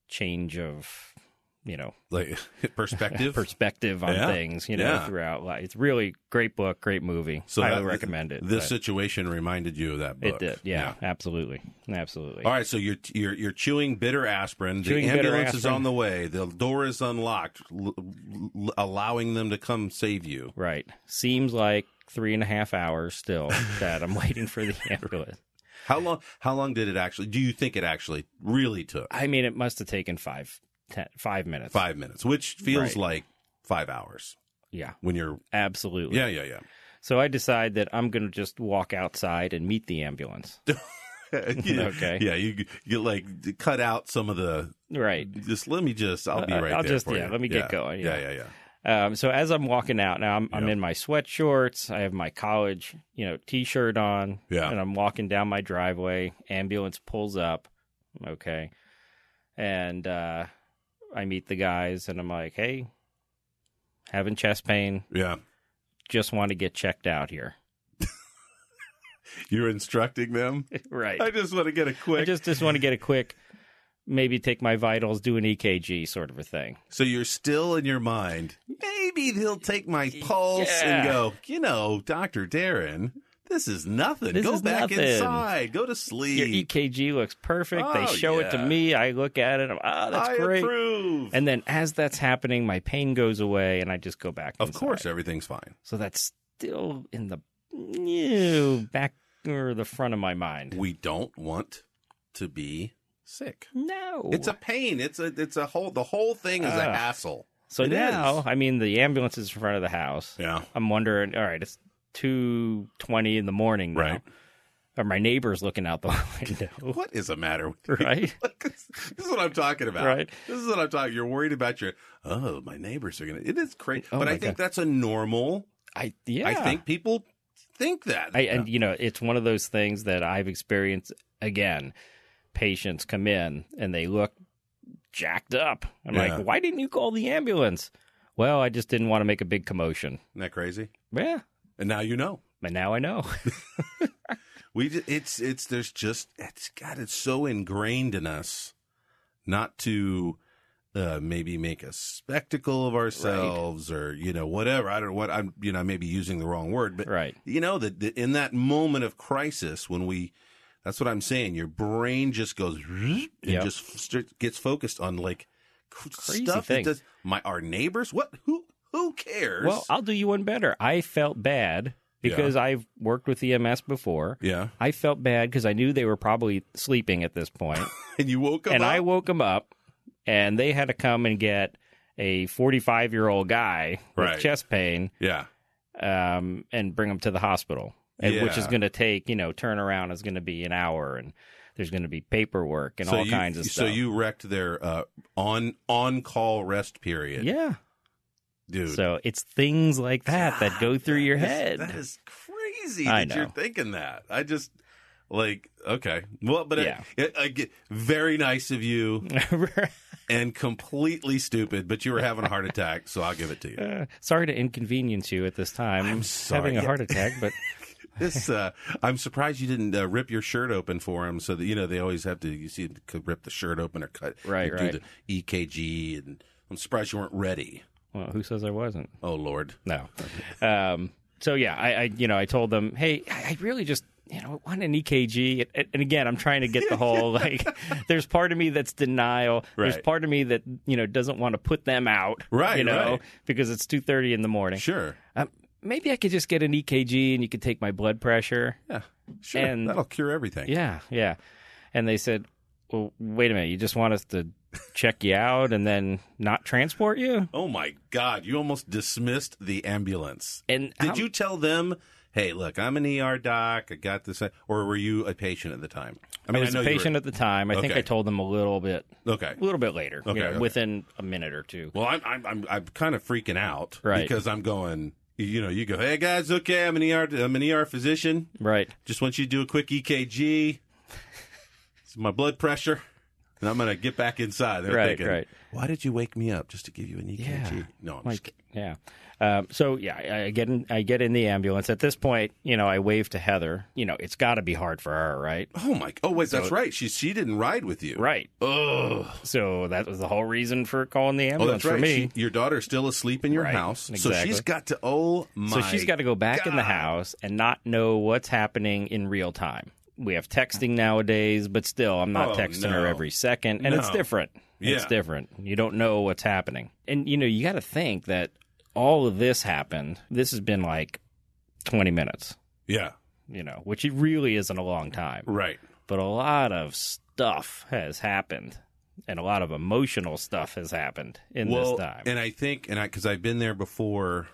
B: change of, you know,
A: like perspective.
B: perspective on
A: Yeah.
B: things. You know,
A: Yeah.
B: throughout life, it's really great book, great movie.
A: So
B: I
A: that-
B: recommend it.
A: This
B: but
A: situation reminded you of that book.
B: it did, yeah, absolutely, absolutely.
A: All right, so you're you're you're chewing bitter aspirin.
B: Chewing
A: the
B: bitter
A: ambulance is
B: aspirin.
A: on the way. The door is unlocked, l- l- allowing them to come save you.
B: Right. Seems like three and a half hours still that I'm waiting for the ambulance.
A: How long? How long did it actually? Do you think it actually really took
B: I mean, it must have taken five, ten, five minutes.
A: five minutes? Which
B: Right.
A: feels like five hours
B: Yeah,
A: when you're.
B: absolutely.
A: Yeah, yeah, yeah.
B: So I decide that I'm going to just walk outside and meet the ambulance.
A: yeah
B: Okay.
A: Yeah, you you like cut out some of the.
B: Right.
A: Just let me just. I'll be
B: Uh,
A: right
B: I'll
A: there
B: just-
A: for
B: yeah,
A: you.
B: let me get going,
A: Yeah,
B: yeah.
A: yeah, yeah.
B: Um, so as I'm walking out now, I'm, I'm in my sweatshorts. I have my college, you know, t-shirt on.
A: Yeah.
B: And I'm walking down my driveway. Ambulance pulls up. Okay. And uh, I meet the guys, and I'm like, "Hey, having chest pain.
A: yeah.
B: Just want to get checked out here."
A: You're instructing them.
B: right.
A: I just want to get a
B: I
A: quick.
B: just just want to get a quick, maybe take my vitals, do an EKG, sort of a thing.
A: So you're still in your mind. Maybe he'll take my pulse and
B: Yeah.
A: go, you know, Dr. Darren, this is nothing.
B: This
A: go
B: is
A: back
B: nothing." E
A: inside. Go to
B: Your
A: sleep.
B: EKG looks perfect.
A: Oh,
B: they show it to
A: yeah.
B: me. I look at it. I'm, ah, that's
A: I
B: great.
A: approve.
B: And then as that's happening, my pain goes away, and I just go back.
A: of
B: inside.
A: course, everything's fine.
B: So that's still in the ew, back or the front of my mind.
A: We don't want to be sick.
B: No.
A: It's a pain. It's a it's a whole the whole thing is a
B: Ugh.
A: hassle.
B: so
A: it
B: now,
A: is.
B: I mean, the ambulance is in front of the house.
A: Yeah.
B: I'm wondering. All right, it's two twenty in the morning now.
A: Right.
B: Or my neighbor's looking out the window.
A: What is the matter with you?
B: right?
A: Like, this this is what I'm talking about.
B: Right.
A: This is what I'm talking. You're worried about your oh, my neighbors are gonna. It is crazy,
B: Oh
A: but I
B: my
A: think that's a normal.
B: I yeah.
A: I think people think that.
B: I and you know it's one of those things that I've experienced again. Patients come in and they look jacked up. I'm
A: Yeah.
B: like, why didn't you call the ambulance? Well, I just didn't want to make a big commotion.
A: Isn't that crazy?
B: Yeah,
A: And now you know.
B: but now I know.
A: We just, it's it's there's just it's God it's so ingrained in us not to uh, maybe make a spectacle of ourselves or you know whatever I don't know what I'm you know I may be using the wrong word but
B: right.
A: you know that that in that moment of crisis when we that's what I'm saying your brain just goes and
B: Yep.
A: just st- gets focused on like cr-
B: Crazy
A: stuff that
B: things.
A: does my our neighbors what who who cares
B: Well, I'll do you one better. I felt bad because I've worked with EMS before.
A: yeah
B: I felt bad because I knew they were probably sleeping at this point.
A: and you woke up
B: and I
A: up,
B: woke them up, and they had to come and get a 45 year old guy
A: Right.
B: with chest pain
A: yeah
B: um, and bring him to the hospital, and, which is
A: Yeah.
B: going to take, you know, turnaround is going to be an hour, and there's going to be paperwork and all
A: you,
B: kinds of
A: so
B: stuff.
A: you wrecked their uh, on on call rest period,
B: yeah.
A: dude.
B: So it's things like that that go through your
A: That is-
B: head.
A: that is crazy
B: I
A: that you're
B: know.
A: thinking that. I just like okay, well, but
B: Yeah.
A: it, it, I get- very nice of you and completely stupid, but you were having a heart attack, so I'll give it to you.
B: Uh, sorry to inconvenience you at this time.
A: I'm sorry.
B: having
A: Yeah.
B: a heart attack, but
A: This uh, I'm surprised you didn't uh, rip your shirt open for him, so that you know they always have to you see them could rip the shirt open or cut
B: Right,
A: or do
B: right.
A: the EKG, and I'm surprised you weren't ready.
B: well, who says I wasn't?
A: Oh Lord,
B: No. Um, so yeah, I, I you know I told them, hey, I I really just you know want an EKG, and, and- and again I'm trying to get the whole like. There's part of me that's denial. There's
A: Right.
B: part of me that you know doesn't want to put them out.
A: Right,
B: You know
A: right.
B: because it's two thirty in the morning.
A: sure.
B: Um, maybe I could just get an EKG and you could take my blood pressure.
A: Yeah, sure.
B: And-
A: That'll cure everything.
B: Yeah, yeah. And they said, well, wait a minute, you just want us to check you out and then not transport you?
A: Oh my God! You almost dismissed the ambulance.
B: And
A: Did
B: how-
A: you tell them, "Hey, look, I'm an ER doc. I got this," or were you a patient at the time?
B: I
A: mean,
B: was a
A: you were-
B: patient at the time. I think
A: Okay.
B: I told them a little bit,
A: okay.
B: a little bit later, you
A: Okay,
B: know,
A: okay.
B: within a minute or two.
A: Well, I'm I'm I'm, I'm kind of freaking out
B: Right.
A: because I'm going. You know, you go, "Hey guys, okay, I'm an ER. I'm an ER physician.
B: Right.
A: Just want you to do a quick EKG. It's my blood pressure." And I'm gonna get back inside. They're
B: Right,
A: thinking,
B: right.
A: Why did you wake me up just to give you an EKG?
B: Yeah.
A: No, I'm just
B: Like, yeah. Um, so yeah, I, I get in. I get in the ambulance. At this point, you know, I wave to Heather. You know, it's got to be hard for her, right?
A: Oh my! Oh wait, that's right. She she didn't ride with you.
B: Right.
A: Oh,
B: So that was the whole reason for calling the
A: oh,
B: ambulance
A: that's right.
B: for me.
A: She, your daughter's still asleep in your
B: Right,
A: house, so
B: exactly.
A: she's got to. Oh
B: So
A: my!
B: she's got to go back in the
A: God.
B: house and not know what's happening in real time. We have texting nowadays, but still, I'm not
A: Oh,
B: texting
A: no.
B: her every second, and it's
A: No.
B: different. It's
A: Yeah.
B: different. You don't know what's happening, and you know you got to think that all of this happened. This has been like 20 minutes,
A: Yeah.
B: you know, which it really isn't a long time,
A: Right.
B: but a lot of stuff has happened, and a lot of emotional stuff has happened in
A: well,
B: this time.
A: and I think, and I because I've been there before,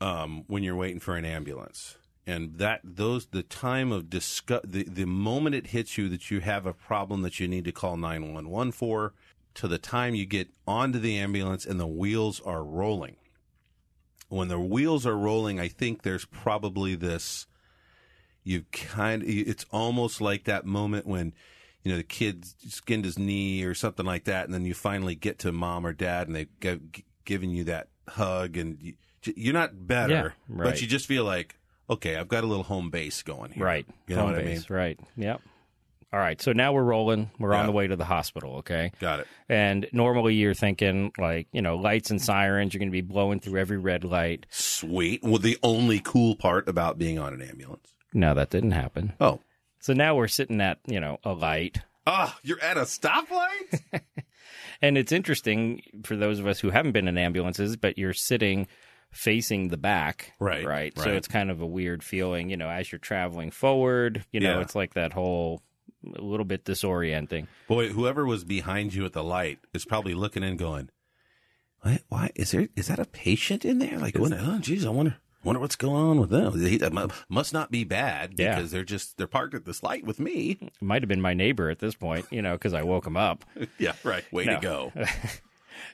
A: um, when you're waiting for an ambulance, and that those the time of discuss the the moment it hits you that you have a problem that you need to call nine one one for, to the time you get onto the ambulance and the wheels are rolling. When the wheels are rolling, I think there's probably this. You kind it's almost like that moment when you know, the kid skinned his knee or something like that, and then you finally get to mom or dad, and they've g- g- given you that hug, and you, you're not better,
B: Yeah,
A: but
B: right.
A: you just feel like, okay, I've got a little home base going here,
B: Right.
A: You know
B: Home
A: what I mean?
B: base, Right. Yep. All right. So now we're rolling. We're
A: Yeah.
B: on the way to the hospital. Okay.
A: Got it.
B: And normally you're thinking like, you know, lights and sirens. You're going to be blowing through every red light.
A: Sweet. Well, the only cool part about being on an ambulance.
B: No, that didn't happen.
A: Oh,
B: So now we're sitting at, you know, a light.
A: ah, you're at a stoplight.
B: And it's interesting for those of us who haven't been in ambulances, but you're sitting facing the back.
A: Right,
B: Right. So
A: right.
B: it's kind of a weird feeling, you know, as you're traveling forward, you know,
A: Yeah.
B: it's like that whole a little bit disorienting.
A: Boy, whoever was behind you at the light is probably looking and going, "Why? why is there? Is that a patient in there? Like, what, oh, geez, I wonder, wonder what's going on with them. They, that mu- must not be bad
B: Yeah.
A: because they're just they're parked at this light with me.
B: It might have been my neighbor at this point, you know, because I woke him up.
A: yeah, right. Way to
B: No.
A: go.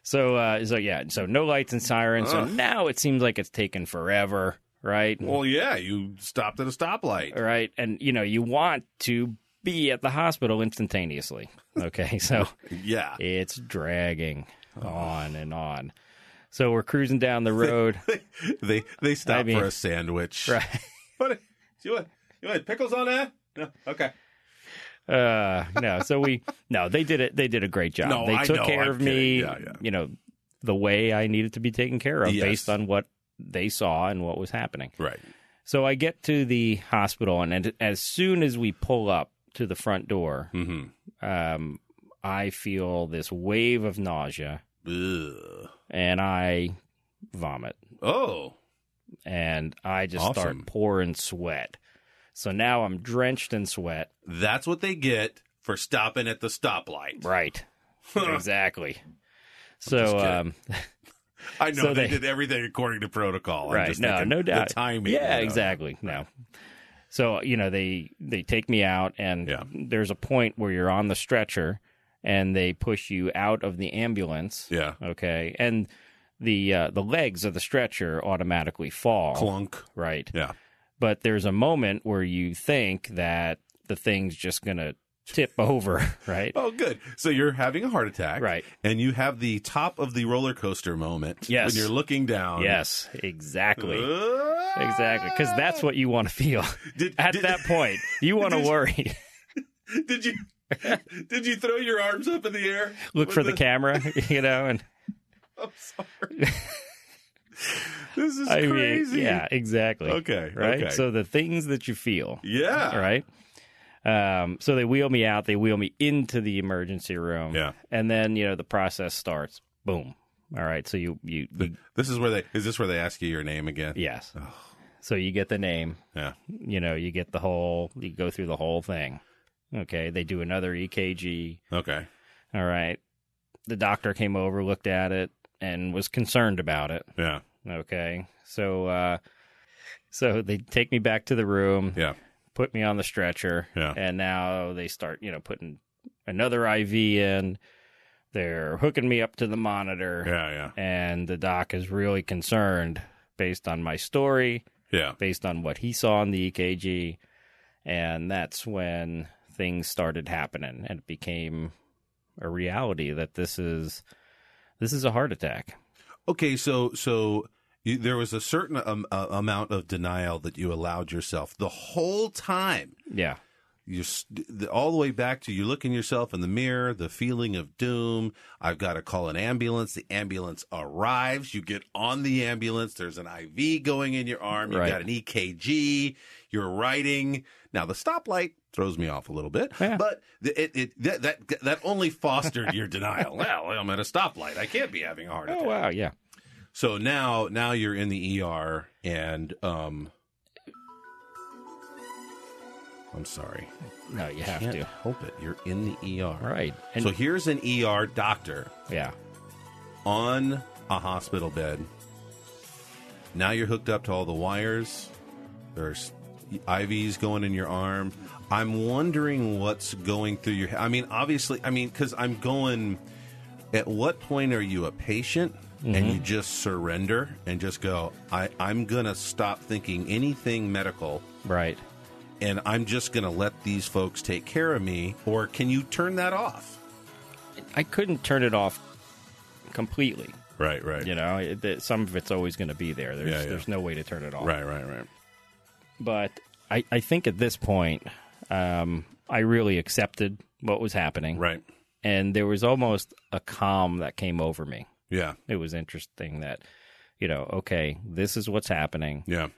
B: So, uh, so yeah, so no lights and sirens. So
A: Ugh.
B: now it seems like it's taken forever, right?
A: well, yeah, you stopped at a stoplight.
B: right, and you know you want to be at the hospital instantaneously. Okay, so
A: Yeah,
B: it's dragging on and on. So we're cruising down the road.
A: they they stop
B: I mean-
A: for a sandwich.
B: right.
A: What? You want you want pickles on that? No. Okay.
B: Uh, no, so we no, they did it. They did a great job.
A: No,
B: they
A: I
B: took
A: know,
B: care
A: I'm
B: of me.
A: kidding. Yeah, yeah.
B: You know, the way I needed to be taken care of
A: Yes.
B: based on what they saw and what was happening.
A: Right.
B: So I get to the hospital, and, and as soon as we pull up to the front door,
A: Mm-hmm.
B: um, I feel this wave of nausea,
A: Ugh.
B: and I vomit,
A: Oh.
B: and I just
A: Awesome.
B: start pouring sweat. So now I'm drenched in sweat.
A: That's what they get for stopping at the stoplight.
B: Right. exactly. So
A: just kidding.
B: um,
A: I know
B: So
A: they,
B: they-
A: did everything according to protocol. I'm
B: Right,
A: just
B: no,
A: thinking
B: no doubt.
A: The timing. you
B: Yeah,
A: know.
B: exactly. No. So, you know, they they take me out and
A: Yeah.
B: there's a point where you're on the stretcher and they push you out of the ambulance.
A: Yeah.
B: Okay. And the uh, the legs of the stretcher automatically fall.
A: Clunk.
B: Right.
A: Yeah.
B: But there's a moment where you think that the thing's just gonna tip over, right?
A: Oh, good. So you're having a heart attack,
B: Right.
A: And you have the top of the roller coaster moment.
B: Yes.
A: When you're looking down.
B: Yes, exactly.
A: Ah!
B: Exactly, because that's what you want to feel
A: Did,
B: at
A: did-
B: that point. You want to
A: Did-
B: worry.
A: Did you did you throw your arms up in the air?
B: look
A: With
B: for the camera, you know, and
A: I'm sorry. this is
B: I mean,
A: crazy.
B: yeah, exactly.
A: Okay.
B: Right.
A: Okay.
B: So the things that you feel,
A: yeah.
B: right? Um, so they wheel me out. They wheel me into the emergency room.
A: Yeah.
B: And then you know the process starts. Boom. All right. So you you, you
A: This is where they is this where they ask you your name again?
B: yes. So you get the name.
A: Yeah.
B: You know you get the whole. You go through the whole thing. Okay. They do another E EKG.
A: Okay.
B: All right. The doctor came over, looked at it, and was concerned about it.
A: Yeah.
B: Okay. So uh so they take me back to the room,
A: Yeah.
B: put me on the stretcher,
A: Yeah.
B: and now they start, you know, putting another IV in. They're hooking me up to the monitor
A: Yeah. Yeah.
B: and the doc is really concerned based on my story,
A: Yeah.
B: based on what he saw in the EKG, and that's when things started happening and it became a reality that this is this is a heart attack.
A: Okay. So so you, there was a certain um, uh, amount of denial that you allowed yourself the whole time.
B: Yeah.
A: you're st- the- all the way back to you looking yourself in the mirror, the feeling of doom. I've got to call an ambulance. The ambulance arrives. You get on the ambulance. There's an IV going in your arm. You've
B: Right.
A: got an EKG. You're writing. Now the stoplight throws me off a little bit,
B: Yeah.
A: but the, it, it that, that that only fostered your denial. Well, I'm at a stoplight. I can't be having a heart attack.
B: Oh wow, yeah.
A: So now now you're in the ER and um. I'm sorry.
B: No, you have
A: Can't
B: to.
A: help it. You're in the ER.
B: Right. And
A: so here's an ER doctor
B: yeah.
A: on a hospital bed. Now you're hooked up to all the wires. There's IVs going in your arm. I'm wondering what's going through your. I mean, obviously, I mean, because I'm going. At what point are you a patient and you just surrender and just go? I, I'm gonna stop thinking anything medical
B: Right.
A: and I'm just going to let these folks take care of me, or can you turn that off?
B: I couldn't turn it off completely.
A: Right, right,
B: You know, it, that- some of it's always going to be there. There's
A: Yeah, yeah.
B: there's no way to turn it off.
A: right, right, right.
B: But I, I think at this point, um, I really accepted what was happening.
A: Right.
B: And there was almost a calm that came over me.
A: Yeah,
B: It was interesting that, you know, okay, this is what's happening.
A: yeah,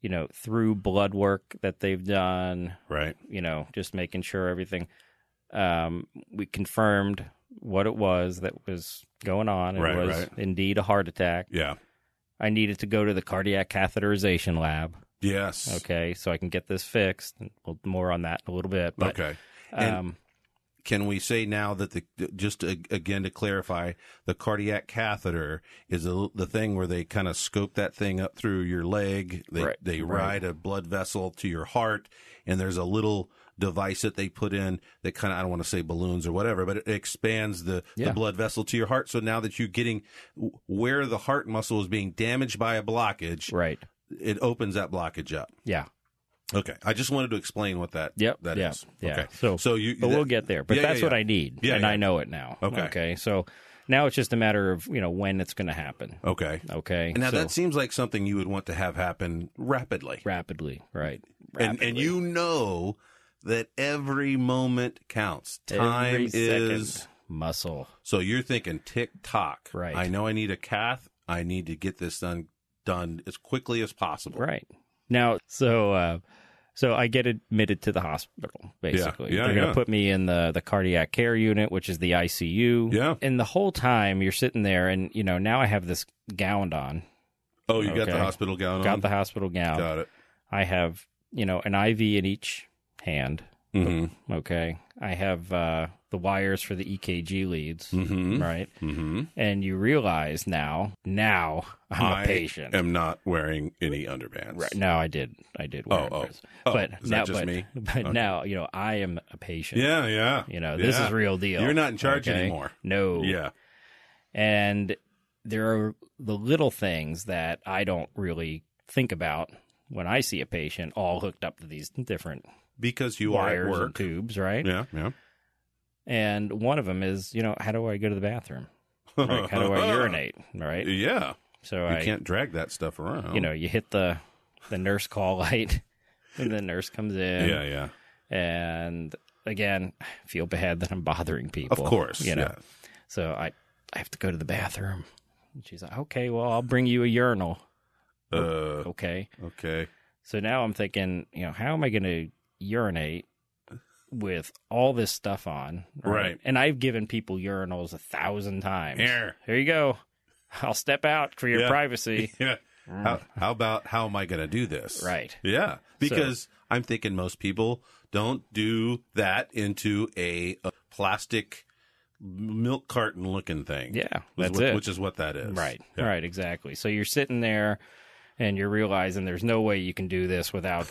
B: You know, through blood work that they've done,
A: right.
B: you know, just making sure everything. Um, we confirmed what it was that was going on. It
A: Right,
B: was
A: right.
B: indeed a heart attack.
A: Yeah.
B: I needed to go to the cardiac catheterization lab.
A: Yes.
B: Okay, so I can get this fixed. And We'll more on that in a little bit. But,
A: okay. And-
B: Um,
A: Can we say now that the just a, again to clarify, the cardiac catheter is the the thing where they kind of scope that thing up through your leg. They
B: Right,
A: they
B: right.
A: ride a blood vessel to your heart, and there's a little device that they put in that kind of I don't want to say balloons or whatever, but it expands the,
B: Yeah.
A: the blood vessel to your heart. So now that you're getting where the heart muscle is being damaged by a blockage,
B: right.
A: it opens that blockage up.
B: Yeah.
A: Okay, I just wanted to explain what that
B: Yep.
A: that
B: yeah.
A: is.
B: Yeah.
A: Okay,
B: So,
A: so you
B: but we'll
A: that-
B: get there. But
A: Yeah,
B: that's
A: yeah,
B: what
A: yeah.
B: I need.
A: Yeah,
B: and
A: yeah.
B: I know it now.
A: Okay.
B: Okay. So Now it's just a matter of you know when it's going to happen.
A: Okay.
B: Okay,
A: Now
B: so
A: that seems like something you would want to have happen rapidly.
B: rapidly, right?
A: And and
B: Rapidly.
A: you know that every moment counts. Time
B: Every
A: is
B: second. muscle.
A: so you're thinking tick tock.
B: Right.
A: I know I need a cath. I need to get this done done as quickly as possible.
B: Right. Now, so uh, so I get admitted to the hospital. Basically,
A: Yeah,
B: they're going to
A: yeah.
B: put me in the the cardiac care unit, which is the ICU.
A: Yeah.
B: And the whole time you're sitting there, and you know now I have this gown on,
A: Oh, you got
B: Okay.
A: the hospital gown on.
B: got the hospital gown.
A: Uh-huh. Got it.
B: I have you know an IV in each hand.
A: Mm-hmm.
B: Okay. I have uh, the wires for the EKG leads.
A: Mm-hmm.
B: Right.
A: Mm-hmm.
B: And you realize now, now I'm a
A: I
B: patient.
A: am not wearing any underpants.
B: Right. No, I did. I did.
A: Oh,
B: Wear
A: oh.
B: underwears.
A: Oh,
B: but
A: is that
B: now,
A: just
B: but,
A: me?
B: but now, you know, I am a patient.
A: Yeah, yeah.
B: You know, this
A: Yeah.
B: is real deal.
A: You're not in charge
B: okay?
A: anymore.
B: No.
A: Yeah.
B: And there are the little things that I don't really think about when I see a patient all hooked up to these different
A: Because you are at
B: wires and
A: work.
B: tubes, right?
A: Yeah, yeah.
B: And one of them is, you know, how do I go to the bathroom? Like, how do I urinate? Right.
A: Yeah.
B: So
A: You
B: I,
A: can't drag that stuff around.
B: you know, you hit the the nurse call light, and the nurse comes in.
A: Yeah, yeah.
B: and again I feel bad that i'm bothering
A: Of
B: people
A: course.
B: you know
A: yeah.
B: so i i have to go to the bathroom and she's like okay well i'll bring you a urinal
A: Uh,
B: okay
A: okay.
B: so now i'm thinking you know how am i going to urinate with all this stuff on
A: Right.
B: and i've given people urinals a thousand times
A: Here.
B: here you go i'll step out for your
A: Yeah.
B: privacy
A: Yeah. How, how about how am I going to do this?
B: right
A: Yeah. Because I'm thinking most people don't do that into a, a plastic milk carton looking thing.
B: yeah
A: Which
B: that's
A: is what,
B: it
A: Which is what that is.
B: Right.
A: Yeah.
B: Right. Exactly. So you're sitting there and you're realizing there's no way you can do this without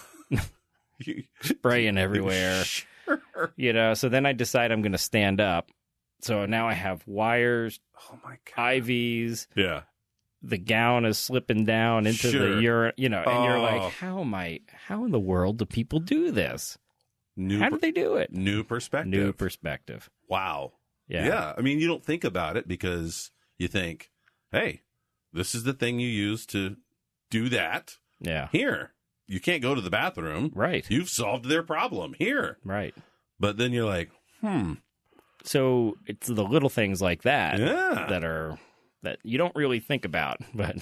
B: spraying everywhere.
A: Sure.
B: You know, so then I decide I'm going to stand up. So now I have wires,
A: Oh my god.
B: IVs,
A: yeah.
B: the gown is slipping down into
A: Sure.
B: the urine, you know, and you're
A: Oh.
B: like, how am I, how in the world do people do this?
A: New
B: how
A: per-
B: did they do it?
A: new perspective.
B: New perspective.
A: wow.
B: Yeah.
A: I mean, you don't think about it because you think, hey, this is the thing you use to do that.
B: Yeah.
A: Here, you can't go to the bathroom.
B: Right.
A: You've solved their problem here.
B: Right.
A: But then you're like, hmm.
B: So it's the little things like that
A: Yeah.
B: that are, that you don't really think about, but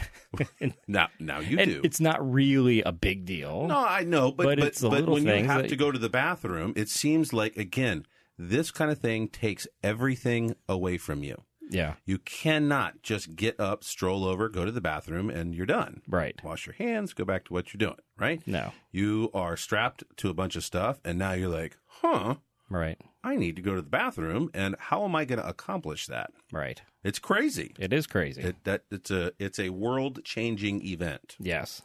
A: Now, now you
B: and
A: do.
B: it's not really a big deal.
A: no, I know, but but,
B: But
A: but,
B: it's the little
A: when you
B: things
A: have
B: that-
A: to go to the bathroom, it seems like again, this kind of thing takes everything away from you.
B: Yeah,
A: You cannot just get up, stroll over, go to the bathroom, and you're done.
B: right.
A: Wash your hands, go back to what you're doing, right?
B: No,
A: You are strapped to a bunch of stuff, and now you're like, huh,
B: right,
A: I need to go to the bathroom, and how am I going to accomplish that?
B: right.
A: It's crazy.
B: It is crazy.
A: It, that it's a it's a world changing event.
B: yes.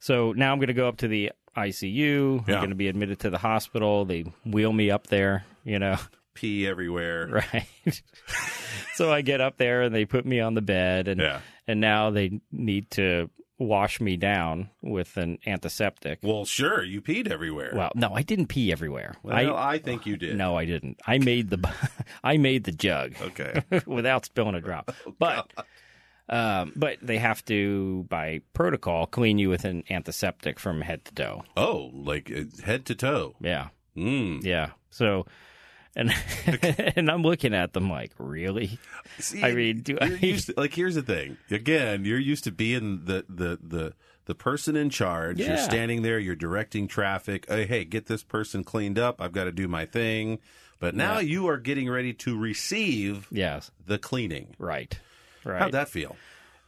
B: So now I'm going to go up to the ICU.
A: Yeah.
B: I'm going to be admitted to the hospital. They wheel me up there, you know,
A: Pee everywhere.
B: right? so I get up there and they put me on the bed, and
A: Yeah.
B: and now they need to wash me down with an antiseptic.
A: Well, sure, you peed everywhere.
B: Well, no, I didn't pee everywhere.
A: Well, I, think you did.
B: no, I didn't. I made the I made the jug.
A: Okay.
B: without spilling a drop.
A: Oh,
B: But um, but they have to by protocol clean you with an antiseptic from head to toe.
A: Oh, like uh, head to toe.
B: Yeah,
A: Mm.
B: yeah. So and and I'm looking at them like, really?
A: See,
B: I mean, do I-
A: you're used to- like here's the thing. Again, you're used to being the the the the person in charge. You're
B: Yeah.
A: standing there. You're directing traffic. Hey, hey, get this person cleaned up. I've got to do my thing. But now you are getting ready to receive
B: Yes,
A: the cleaning.
B: right, right.
A: How'd that feel?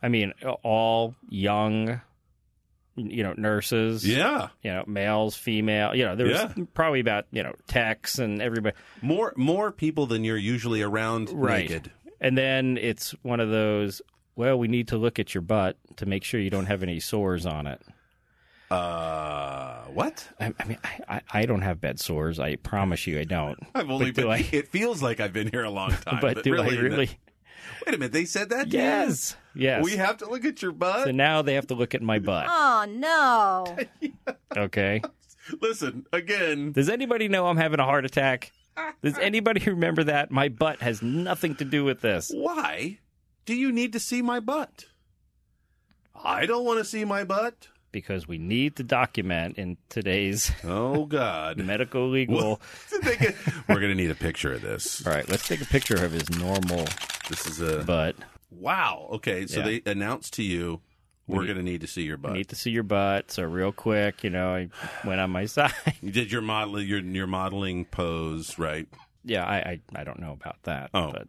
B: I mean, all young, you know, nurses.
A: Yeah.
B: You know, males, female. You know, there was
A: Yeah.
B: probably about you know techs and everybody.
A: More more people than you're usually around
B: Right.
A: naked.
B: And then it's one of those, well, we need to look at your butt to make sure you don't have any sores on it.
A: Uh, what?
B: I, I mean, I, I, I don't have bed sores. I promise you, I don't.
A: I've only
B: But do
A: been.
B: I-
A: It feels like I've been here a long time.
B: But, do
A: really,
B: I really?
A: Wait a minute. They said that. to you?
B: Yes. Yes.
A: We have to look at your butt.
B: so now they have to look at my butt.
C: Oh no.
B: Okay.
A: Listen again.
B: Does anybody know I'm having a heart attack? Does anybody remember that? My butt has nothing to do with this.
A: Why do you need to see my butt? I don't want to see my butt.
B: Because we need to document in today's
A: Oh God!
B: medical legal.
A: Well, they get- We're gonna need a picture of this.
B: All right, let's take a picture of his normal
A: This is a
B: butt.
A: wow. Okay, so
B: Yeah.
A: they announced to you, we're gonna need to see your
B: I
A: butt.
B: need to see your butt. So real quick, you know, I went on my side.
A: You did your model your your modeling pose right?
B: yeah, I, I I don't know about that.
A: Oh,
B: but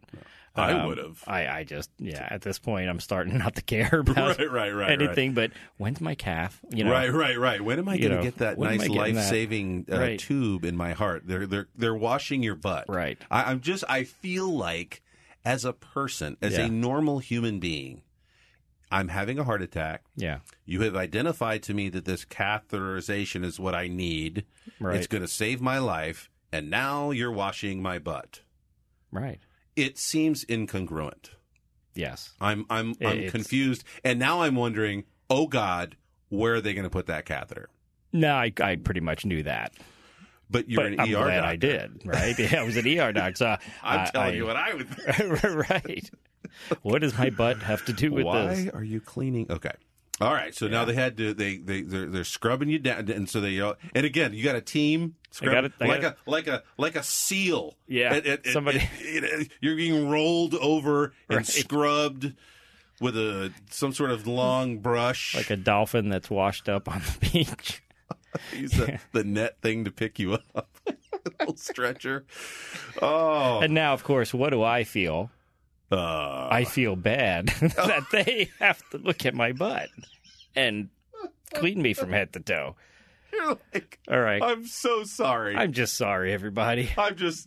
A: I
B: um,
A: would have.
B: I I just yeah. At this point, I'm starting not to care about
A: Right, right, right, right.
B: anything. But when's my calf? You know,
A: right, right, right. When am I
B: You
A: going to
B: know,
A: get that
B: when am I
A: nice
B: getting that?
A: life-saving uh,
B: Right.
A: tube in my heart? They're they're they're washing your butt.
B: Right.
A: I, I'm just I feel like as a person, as
B: Yeah.
A: a normal human being, I'm having a heart attack.
B: Yeah,
A: You have identified to me that this catheterization is what I need.
B: Right.
A: It's going to save my life, and now you're washing my butt.
B: right.
A: It seems incongruent.
B: Yes.
A: I'm I'm I'm
B: It's-
A: confused, and now I'm wondering, oh God, where are they going to put that catheter?
B: No, I I pretty much knew that.
A: But you're
B: but
A: an
B: I'm
A: ER
B: glad
A: doctor.
B: I did. Right? Yeah, I was an ER doctor. So
A: I'm
B: I-
A: telling
B: I-
A: you what I would.
B: right. What does my butt have to do with
A: Why
B: this?
A: are you cleaning? Okay. All right, so now they had to they they they're, they're scrubbing you down, and so they all- and again you got a team scrub,
B: got it, I
A: like
B: got
A: a like a like a seal.
B: Yeah,
A: It- it- it-
B: somebody-
A: it- it- you're being rolled over and
B: Right.
A: scrubbed with a some sort of long brush,
B: Like a dolphin that's washed up on the beach.
A: use the, the net thing to pick you up, little stretcher. Oh,
B: And now, of course, what do I feel?
A: uh,
B: I feel bad that they have to look at my butt and clean me from head to toe.
A: you're like,
B: All right.
A: I'm so sorry.
B: I'm just sorry, everybody.
A: I'm just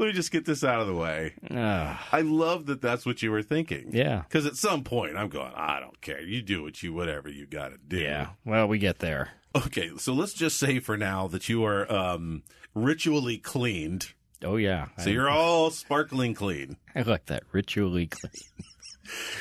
A: let me just get this out of the way.
B: Ah,
A: I love that that's what you were thinking.
B: yeah.
A: Because at some point, I'm going, I don't care. You do what you, whatever you got to do.
B: Yeah. Well, we get there.
A: Okay. So let's just say for now that you are um, ritually cleaned.
B: Oh, yeah.
A: So
B: I-
A: you're all sparkling clean.
B: I like that ritually clean.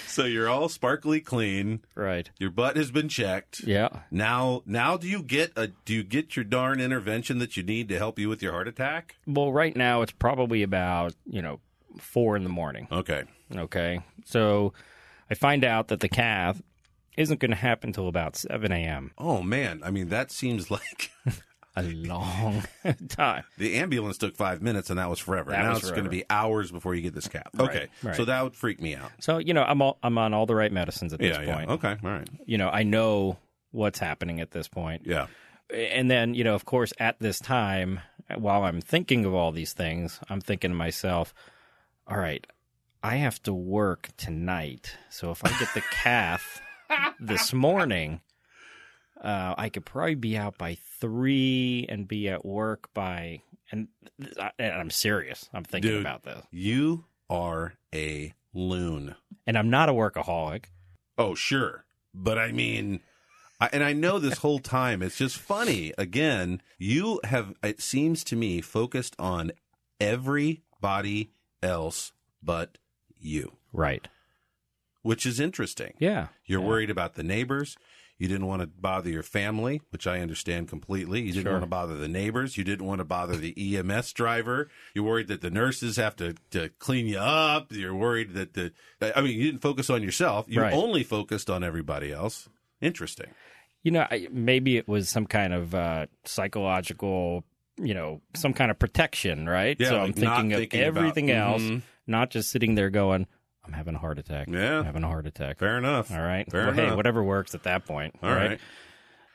A: So you're all sparkly clean.
B: Right.
A: Your butt has been checked.
B: Yeah.
A: Now, now do you get a do you get your darn intervention that you need to help you with your heart attack?
B: Well, right now it's probably about, you know, four in the morning.
A: Okay.
B: Okay. So I find out that the calf isn't going to happen till about 7 a.m.
A: Oh man, I mean that seems like
B: A long time.
A: The ambulance took five minutes, and that was forever.
B: That
A: now
B: was
A: it's
B: forever.
A: going to be hours before you get this cap. Okay,
B: right.
A: so that would freak me out.
B: So, you know, I'm, all, I'm on all the right medicines at this point.
A: Okay, all right.
B: You know, I know what's happening at this point.
A: Yeah,
B: And then, you know, of course, at this time, while I'm thinking of all these things, I'm thinking to myself, all right, I have to work tonight. So if I get the calf this morning, uh, I could probably be out by three and be at work by. And, th- I- and I'm serious. I'm thinking
A: Dude.
B: about this.
A: you are a loon.
B: And I'm not a workaholic.
A: Oh sure, but I mean, I, and I know this whole time it's just funny. Again, you have it seems to me focused on everybody else but you,
B: Right.
A: which is interesting.
B: Yeah.
A: You're
B: Yeah.
A: worried about the neighbors. You didn't want to bother your family, which I understand completely. You didn't
B: Sure.
A: want to bother the neighbors. You didn't want to bother the EMS driver. You're worried that the nurses have to, to clean you up. You're worried that the, I mean, you didn't focus on yourself. You
B: Right.
A: only focused on everybody else. Interesting.
B: You know, I, maybe it was some kind of uh, psychological, you know, some kind of protection, right?
A: Yeah,
B: so I'm
A: like not
B: thinking of
A: thinking about-
B: everything else,
A: Mhm.
B: not just sitting there going, I'm having a heart attack.
A: Yeah.
B: I'm having a heart attack.
A: Fair enough.
B: All right.
A: Fair
B: well, hey,
A: enough.
B: whatever works at that point.
A: All right.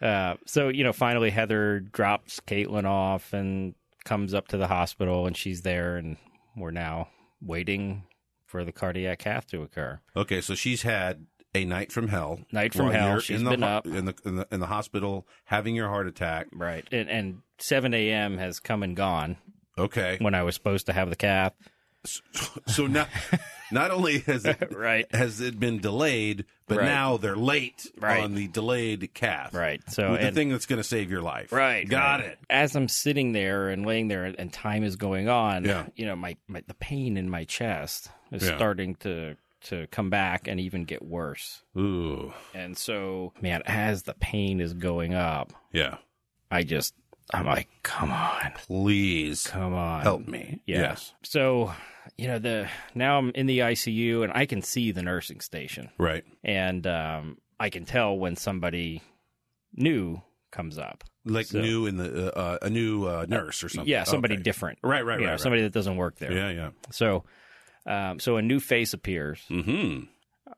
B: Uh, so, you know, finally Heather drops Caitlin off and comes up to the hospital and she's there and we're now waiting for the cardiac cath to occur.
A: Okay. So she's had a night from hell.
B: Night from
A: While
B: hell.
A: you're
B: She's
A: in the
B: been
A: ho-
B: up.
A: In the, in, the, in the hospital having your heart attack.
B: Right. And, and 7 a.m. has come and gone.
A: Okay.
B: when I was supposed to have the calf.
A: So now, not only has it,
B: Right.
A: has it been delayed, but
B: Right.
A: now they're late
B: Right.
A: on the delayed calf.
B: Right. So
A: With the
B: and,
A: thing that's going to save your life.
B: right.
A: Got
B: right.
A: it.
B: As I'm sitting there and laying there and, and time is going on,
A: Yeah.
B: you know, my, my the pain in my chest is
A: Yeah.
B: starting to to come back and even get worse.
A: Ooh.
B: And so, man, as the pain is going up,
A: Yeah.
B: I just I'm like, come on,
A: Please
B: come on,
A: help me.
B: Yeah.
A: Yes.
B: So, you know, the now I'm in the ICU and I can see the nursing station,
A: Right.
B: and um, I can tell when somebody new comes up.
A: Like
B: So-
A: new in the uh, uh, a new uh, nurse or something.
B: Yeah, somebody
A: Okay.
B: different.
A: Right. Right.
B: you know,
A: right.
B: somebody that doesn't work there.
A: right. Yeah. Yeah.
B: So, um, so a new face appears.
A: Mm-hmm.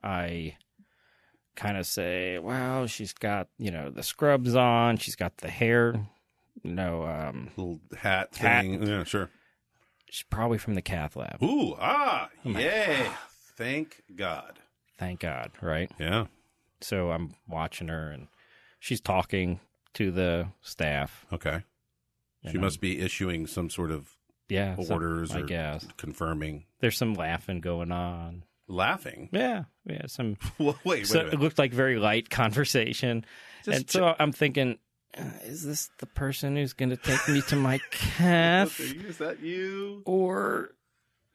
B: I kind of say, "Wow, she's got you know the scrubs on. She's got the hair. You know, um,
A: Little hat
B: Hat.
A: thing. Yeah. Sure.
B: she's probably from the cath lab.
A: Ooh. Ah.
B: Oh my
A: yay. Thank God.
B: Thank God, right?
A: Yeah.
B: So I'm watching her, and she's talking to the staff.
A: Okay.
B: and
A: She
B: I'm-
A: must be issuing some sort of
B: yeah, some-
A: orders
B: I
A: or
B: guess
A: confirming.
B: there's some laughing going on.
A: Laughing.
B: Yeah, yeah, some.
A: Well, wait. wait
B: So
A: a
B: it
A: minute.
B: looked like very light conversation,
A: Just
B: and so I'm thinking. uh, Is this the person who's going to take me to my cath?
A: Is that you?
B: or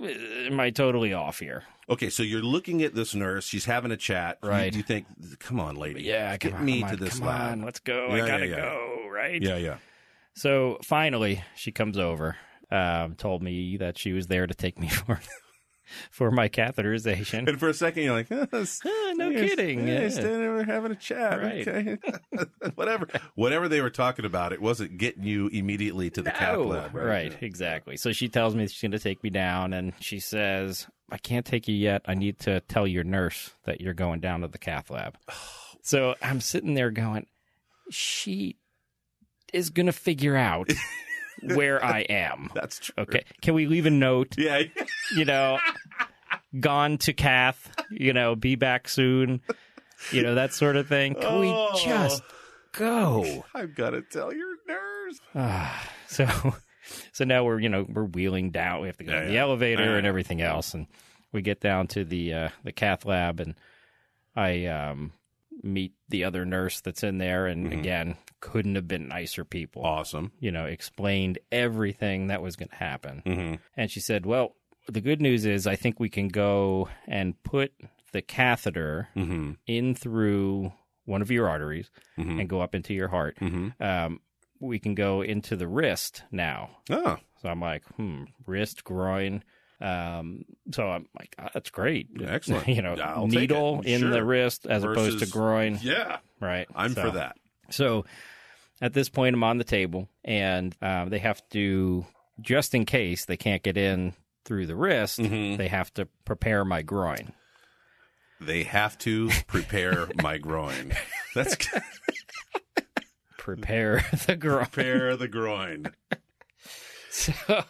B: uh, am I totally off here?
A: Okay, so you're looking at this nurse. She's having a chat. You-
B: Right.
A: You, think, come on, lady.
B: Yeah,
A: get
B: come on,
A: me
B: come
A: to
B: on,
A: this
B: come
A: lab.
B: on, let's go.
A: Yeah,
B: I gotta
A: yeah, yeah.
B: go, right?
A: Yeah, yeah.
B: So finally, she comes over, um, told me that she was there to take me for for my catheterization.
A: And for a second, you're like,
B: Ah, no kidding.
A: Yeah,
B: yeah.
A: standing over having a chat.
B: Right.
A: Okay. Whatever. Whatever they were talking about, it wasn't getting you immediately to the cath
B: No.
A: lab.
B: Oh, Right, exactly. So she tells me she's going to take me down, and she says, I can't take you yet. I need to tell your nurse that you're going down to the cath lab. so I'm sitting there going, she is going to figure out where I am.
A: That's true.
B: Okay. Can we leave a note?
A: Yeah.
B: You know, gone to cath, you know, be back soon, you know, that sort of thing. Can
A: Oh.
B: we just go?
A: I've got to tell your nurse.
B: Ah, so, so now we're you know we're wheeling down. We have to go
A: Yeah,
B: in the
A: yeah.
B: elevator
A: Yeah.
B: and everything else, and we get down to the uh, the cath lab, and I um, meet the other nurse that's in there, and
A: Mhm.
B: again, couldn't have been nicer people.
A: Awesome.
B: You know, explained everything that was going to happen,
A: Mm-hmm.
B: and she said, "Well, the good news is I think we can go and put the catheter
A: Mm-hmm.
B: in through one of your arteries
A: Mm-hmm.
B: and go up into your heart."
A: Mm-hmm.
B: um, we can go into the wrist now.
A: Oh,
B: So I'm like, hmm, wrist, groin. Um, so I'm like, oh, that's great.
A: Excellent.
B: you know,
A: I'll take
B: needle
A: it.
B: in
A: Sure.
B: the wrist as opposed to
A: Versus-
B: groin,
A: yeah.
B: right?
A: I'm
B: So-
A: for that.
B: So at this point, I'm on the table, and um, they have to, just in case they can't get in through the wrist,
A: Mhm.
B: they have to prepare my groin.
A: They have to prepare my groin. That's
B: Prepare the groin.
A: prepare the groin.
B: So.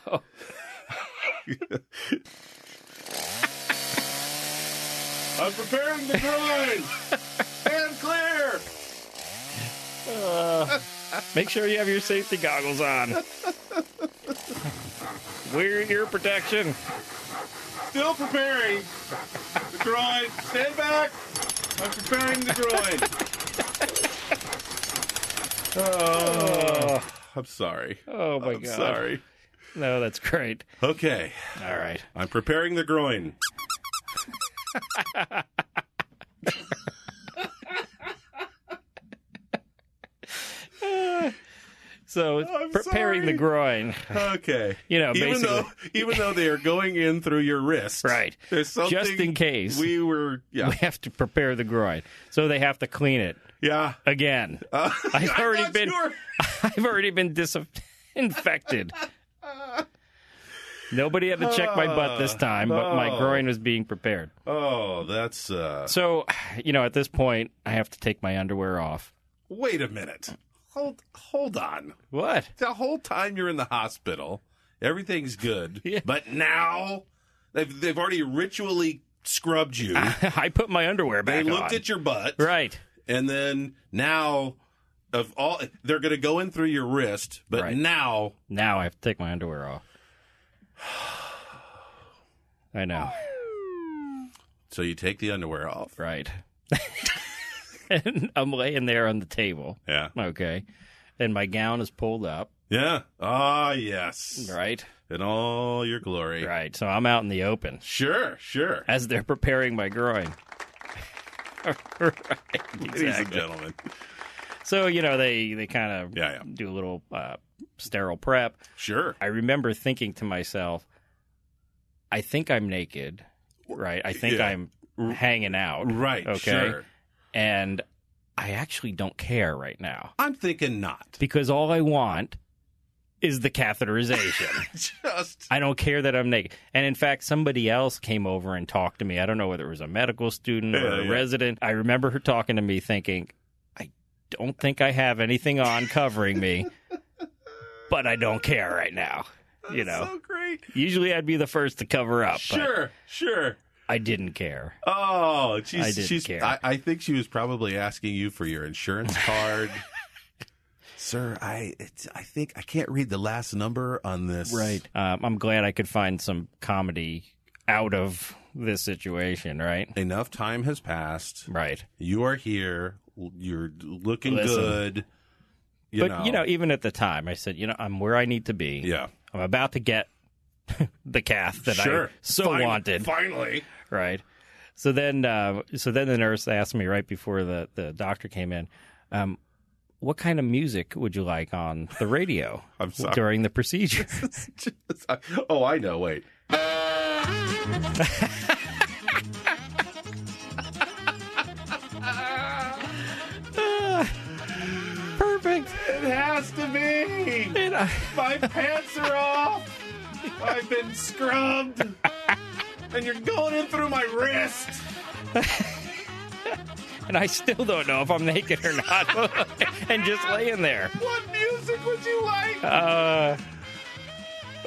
A: I'm preparing the groin. and clear.
B: Uh, make sure you have your safety goggles on. Wear ear protection.
A: Still preparing the groin. Stand back. I'm preparing the
B: Oh,
A: groin. I'm sorry.
B: oh my
A: I'm
B: god.
A: sorry.
B: No, that's great.
A: Okay.
B: All right.
A: I'm preparing the groin.
B: So
A: I'm
B: preparing the
A: sorry.
B: groin.
A: Okay.
B: You know,
A: even
B: basically.
A: though even though they are going in through your wrist.
B: Right.
A: There's something
B: Just in case.
A: we were yeah.
B: We have to prepare the groin. So they have to clean it
A: Yeah.
B: again.
A: Uh,
B: I've
A: I
B: already
A: thought
B: been-
A: you were-
B: I've already been disinfected. Nobody had to check my butt this time, but my
A: Oh.
B: groin was being prepared.
A: Oh, that's uh
B: So, you know, at this point, I have to take my underwear off.
A: Wait a minute. Hold hold on.
B: What?
A: The whole time you're in the hospital, everything's good.
B: Yeah.
A: But now they've they've already ritually scrubbed you.
B: I put my underwear
A: They
B: back
A: looked
B: Ah, on.
A: at your butt.
B: right.
A: And then now of all they're going to go in through your wrist, but
B: Right.
A: now
B: Now I have to take my underwear off. I know.
A: so you take the underwear off.
B: Right. and I'm laying there on the table.
A: Yeah.
B: Okay. And my gown is pulled up.
A: Yeah. Ah, yes.
B: Right.
A: In all your glory.
B: Right. So I'm out in the open
A: Sure, sure.
B: as they're preparing my groin. right.
A: Ladies and
B: Exactly.
A: gentlemen.
B: So, you know, they, they kind of
A: Yeah, yeah.
B: do a little uh, sterile prep.
A: Sure.
B: I remember thinking to myself, I think I'm naked, right? I think
A: Yeah.
B: I'm hanging out,
A: Right.
B: Okay.
A: Sure.
B: and I actually don't care right now
A: I'm thinking not.
B: because all I want is the catheterization.
A: Just
B: I don't care that I'm naked. And in fact, somebody else came over and talked to me. I don't know whether it was a medical student or
A: Yeah,
B: a
A: yeah.
B: resident. I remember her talking to me thinking, I don't think I have anything on covering me, but I don't care right now. You
A: That's
B: know,
A: so great.
B: usually I'd be the first to cover up, but
A: Sure. Sure.
B: I didn't care.
A: Oh, she's,
B: I didn't
A: she's,
B: care.
A: I, I think she was probably asking you for your insurance card. Sir, I it's, I think I can't read the last number on this.
B: Um, I'm glad I could find some comedy out of this situation, right?
A: Enough time has passed.
B: Right.
A: You are here. You're looking
B: Listen.
A: good. You
B: but, you know, even at the time, I said, you know, I'm where I need to be.
A: yeah.
B: I'm about to get the calf that I
A: sure.
B: so
A: Fin-
B: wanted,
A: Finally.
B: right? So then, uh, so then the nurse asked me right before the the doctor came in, um, what kind of music would you like on the radio
A: I'm sorry.
B: during the procedure?
A: oh, I know. Wait.
B: Perfect.
A: It has to be.
B: And I,
A: My pants are off. I've been scrubbed. And you're going in through my wrist.
B: and I still don't know if I'm naked or not, and just laying there.
A: What music would you like?
B: Uh,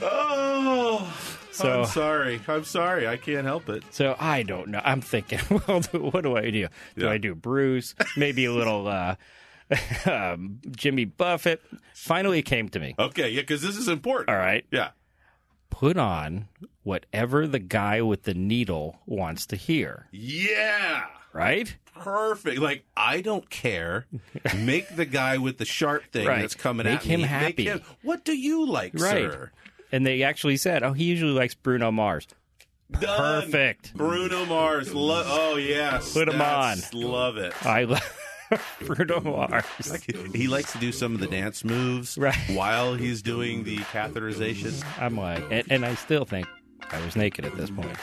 A: Oh.
B: So-
A: I'm sorry. I'm sorry. I can't help it.
B: so I don't know. I'm thinking, well, do- what do I do? Do
A: Yeah.
B: I do Bruce? Maybe a little uh, um, Jimmy Buffett. Finally, it came to me.
A: Okay. Yeah, because this is important.
B: All right.
A: Yeah.
B: put on whatever the guy with the needle wants to hear,
A: Yeah.
B: right?
A: Perfect. Like I don't care. Make the guy with the sharp thing
B: Right.
A: that's coming
B: Make
A: at
B: him
A: me.
B: happy.
A: What do you like,
B: Right.
A: sir?
B: And they actually said, "Oh, he usually likes Bruno Mars."
A: Done.
B: Perfect.
A: Bruno Mars. Lo- oh yes.
B: Put 'em
A: That's- Love it.
B: I love Bruno Mars.
A: Like, he likes to do some of the dance moves
B: Right.
A: while he's doing the catheterization.
B: I'm like, and, and I still think I was naked at this point.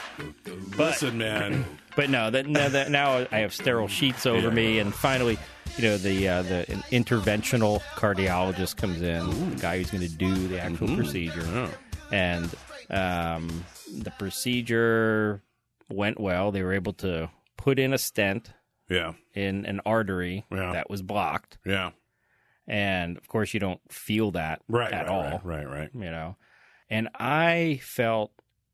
A: Listen, man.
B: But no, that, now, that now I have sterile sheets over
A: Yeah.
B: me, and finally, you know, the uh, the an interventional cardiologist comes in, the guy who's going to do the actual
A: Mm-hmm.
B: procedure, and um, the procedure went well. They were able to put in a stent
A: Yeah.
B: in an artery
A: Yeah.
B: that was blocked,
A: Yeah.
B: and of course, you don't feel that
A: Right.
B: at
A: right,
B: all,
A: Right, right. Right.
B: you know. And I felt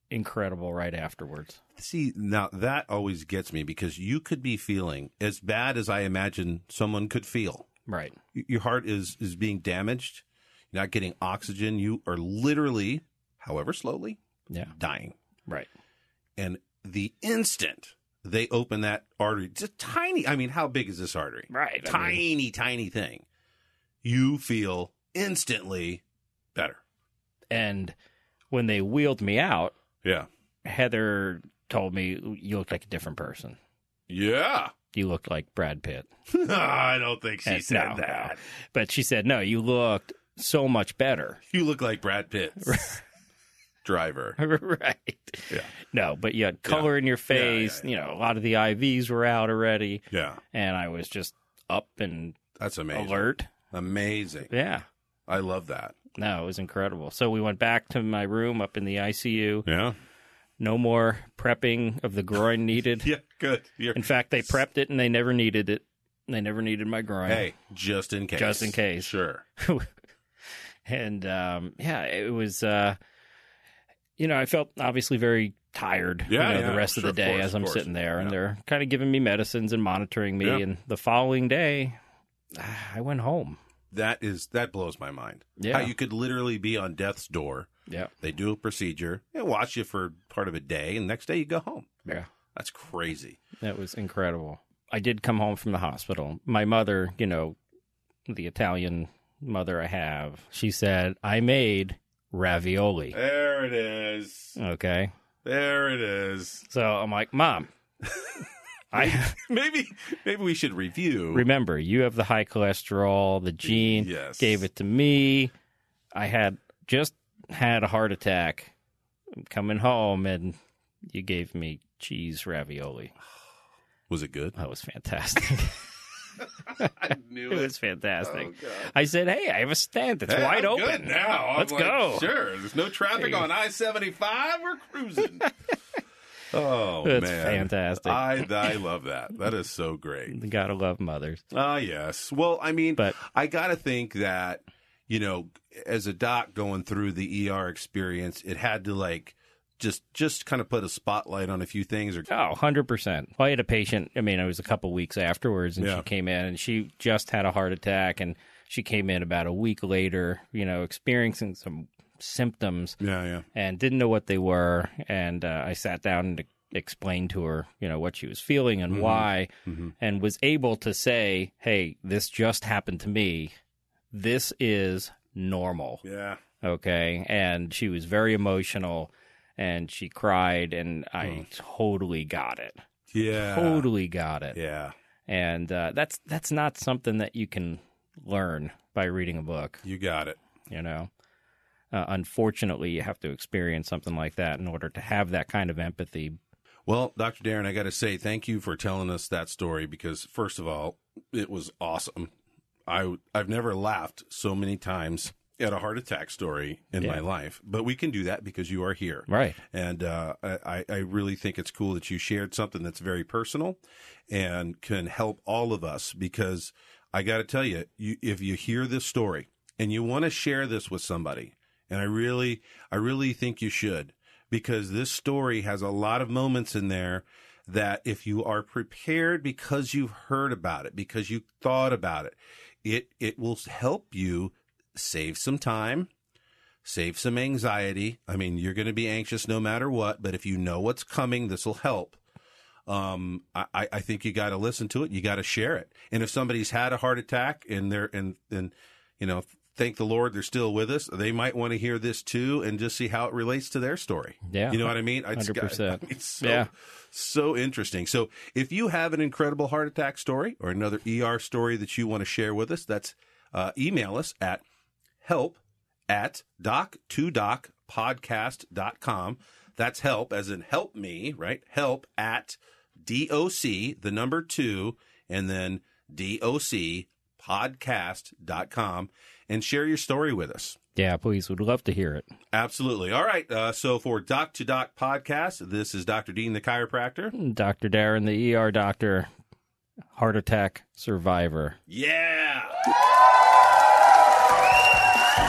B: incredible right afterwards.
A: See, now that always gets me because you could be feeling as bad as I imagine someone could feel.
B: Right.
A: Y- Your heart is is being damaged. You're not getting oxygen. You are literally, however slowly,
B: Yeah.
A: dying.
B: Right.
A: And the instant they open that artery, just tiny. I mean, how big is this artery?
B: Right. I mean-
A: tiny, tiny thing, you feel instantly better.
B: And when they wheeled me out,
A: Yeah.
B: Heather told me, You look like a different person.
A: Yeah.
B: You looked like Brad Pitt.
A: I don't think she
B: And-
A: said
B: no, no.
A: that.
B: But she said, No, you looked so much better.
A: You look like Brad Pitt's driver.
B: right.
A: Yeah.
B: No, but you had color in your
A: Yeah, yeah,
B: face.
A: yeah.
B: You know, a lot of the IVs were out already.
A: Yeah.
B: And I was just up and
A: That's amazing.
B: alert.
A: Amazing.
B: Yeah.
A: I love that.
B: No, it was incredible. So we went back to my room up in the ICU.
A: Yeah.
B: No more prepping of the groin needed.
A: Yeah. Good. You're,
B: In fact, they prepped it and they never needed it. They never needed my groin.
A: hey, just in case.
B: Just in case.
A: Sure.
B: and um, yeah, it was. Uh, you know, I felt obviously very tired. you
A: Yeah,
B: know,
A: yeah,
B: the rest of
A: sure,
B: the
A: of
B: day
A: course,
B: as
A: of
B: I'm
A: course.
B: sitting there, and
A: Yeah.
B: they're kind of giving me medicines and monitoring me.
A: Yeah.
B: And the following day, ah, I went home.
A: That is that blows my mind.
B: Yeah.
A: How you could literally be on death's door.
B: Yeah,
A: They do a procedure and watch you for part of a day, and next day you go home.
B: yeah,
A: That's crazy.
B: that was incredible. I did come home from the hospital. My mother, you know, the Italian mother I have, she said I made ravioli.
A: There it is.
B: Okay,
A: There it is.
B: so I'm like, Mom, I.
A: Maybe maybe we should review.
B: Remember, you have the high cholesterol, the gene
A: Yes.
B: gave it to me. I had just had a heart attack. I'm coming home, and you gave me cheese ravioli.
A: Was it good?
B: That was fantastic.
A: I knew
B: it was fantastic.
A: God.
B: I said, "Hey, I have a stent. It's
A: Hey,
B: wide
A: I'm
B: open
A: good now. I'm
B: Let's
A: like,
B: go."
A: Sure. There's no traffic on I 75. We're cruising. oh,
B: That's
A: man.
B: fantastic.
A: I, I love that. That is so great.
B: You Gotta love mothers.
A: Ah, yes. Well, I mean,
B: But-
A: I got to think that, you know, as a doc going through the ER experience, it had to like just just kind of put a spotlight on a few things or
B: Oh, 100%. Well, I had a patient, I mean, it was a couple weeks afterwards, and
A: Yeah.
B: she came in and she just had a heart attack, and she came in about a week later, you know, experiencing some symptoms
A: Yeah, yeah.
B: and didn't know what they were. And uh, I sat down and explained to her, you know, what she was feeling and why, and was able to say, hey, this just happened to me. This is normal.
A: Yeah.
B: okay and she was very emotional and she cried and i totally got it
A: Yeah.
B: totally got it
A: Uh, Yeah.
B: and uh, that's that's not something that you can learn by reading a book
A: You got it.
B: you know uh, unfortunately you have to experience something like that in order to have that kind of empathy
A: Well, Dr. Darren, I got to say thank you for telling us that story because first of all, it was awesome. I I've never laughed so many times at a heart attack story in
B: Yeah.
A: my life, but we can do that because you are here.
B: right
A: And uh, I, I really think it's cool that you shared something that's very personal and can help all of us because I got to tell you, you, if you hear this story and you want to share this with somebody, and I really, I really think you should because this story has a lot of moments in there that if you are prepared because you've heard about it, because you thought about it, it, it will help you save some time save some anxiety. I mean, you're going to be anxious no matter what, but if you know what's coming, this will help. Um, I- I, I think you got to listen to it. You got to share it. And if somebody's had a heart attack and they're, and, and, you know, thank the Lord they're still with us, they might want to hear this too and just see how it relates to their story.
B: Yeah.
A: You know what I mean? I just got-
B: 100%.
A: It's so,
B: Yeah.
A: so interesting. So if you have an incredible heart attack story or another ER story that you want to share with us, that's, uh, email us at help at doc2docpodcast.com. That's help, as in help me, right? Help at doc, the number two, and then docpodcast.com and share your story with us.
B: yeah please would love to hear it
A: Absolutely. All right. Uh, so for Doc to Doc podcast, this is Dr. Dean, the chiropractor.
B: dr darren the er doctor heart attack survivor
A: Yeah.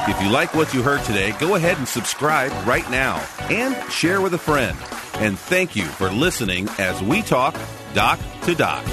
A: If you like what you heard today, go ahead and subscribe right now and share with a friend. And thank you for listening as we talk doc to doc.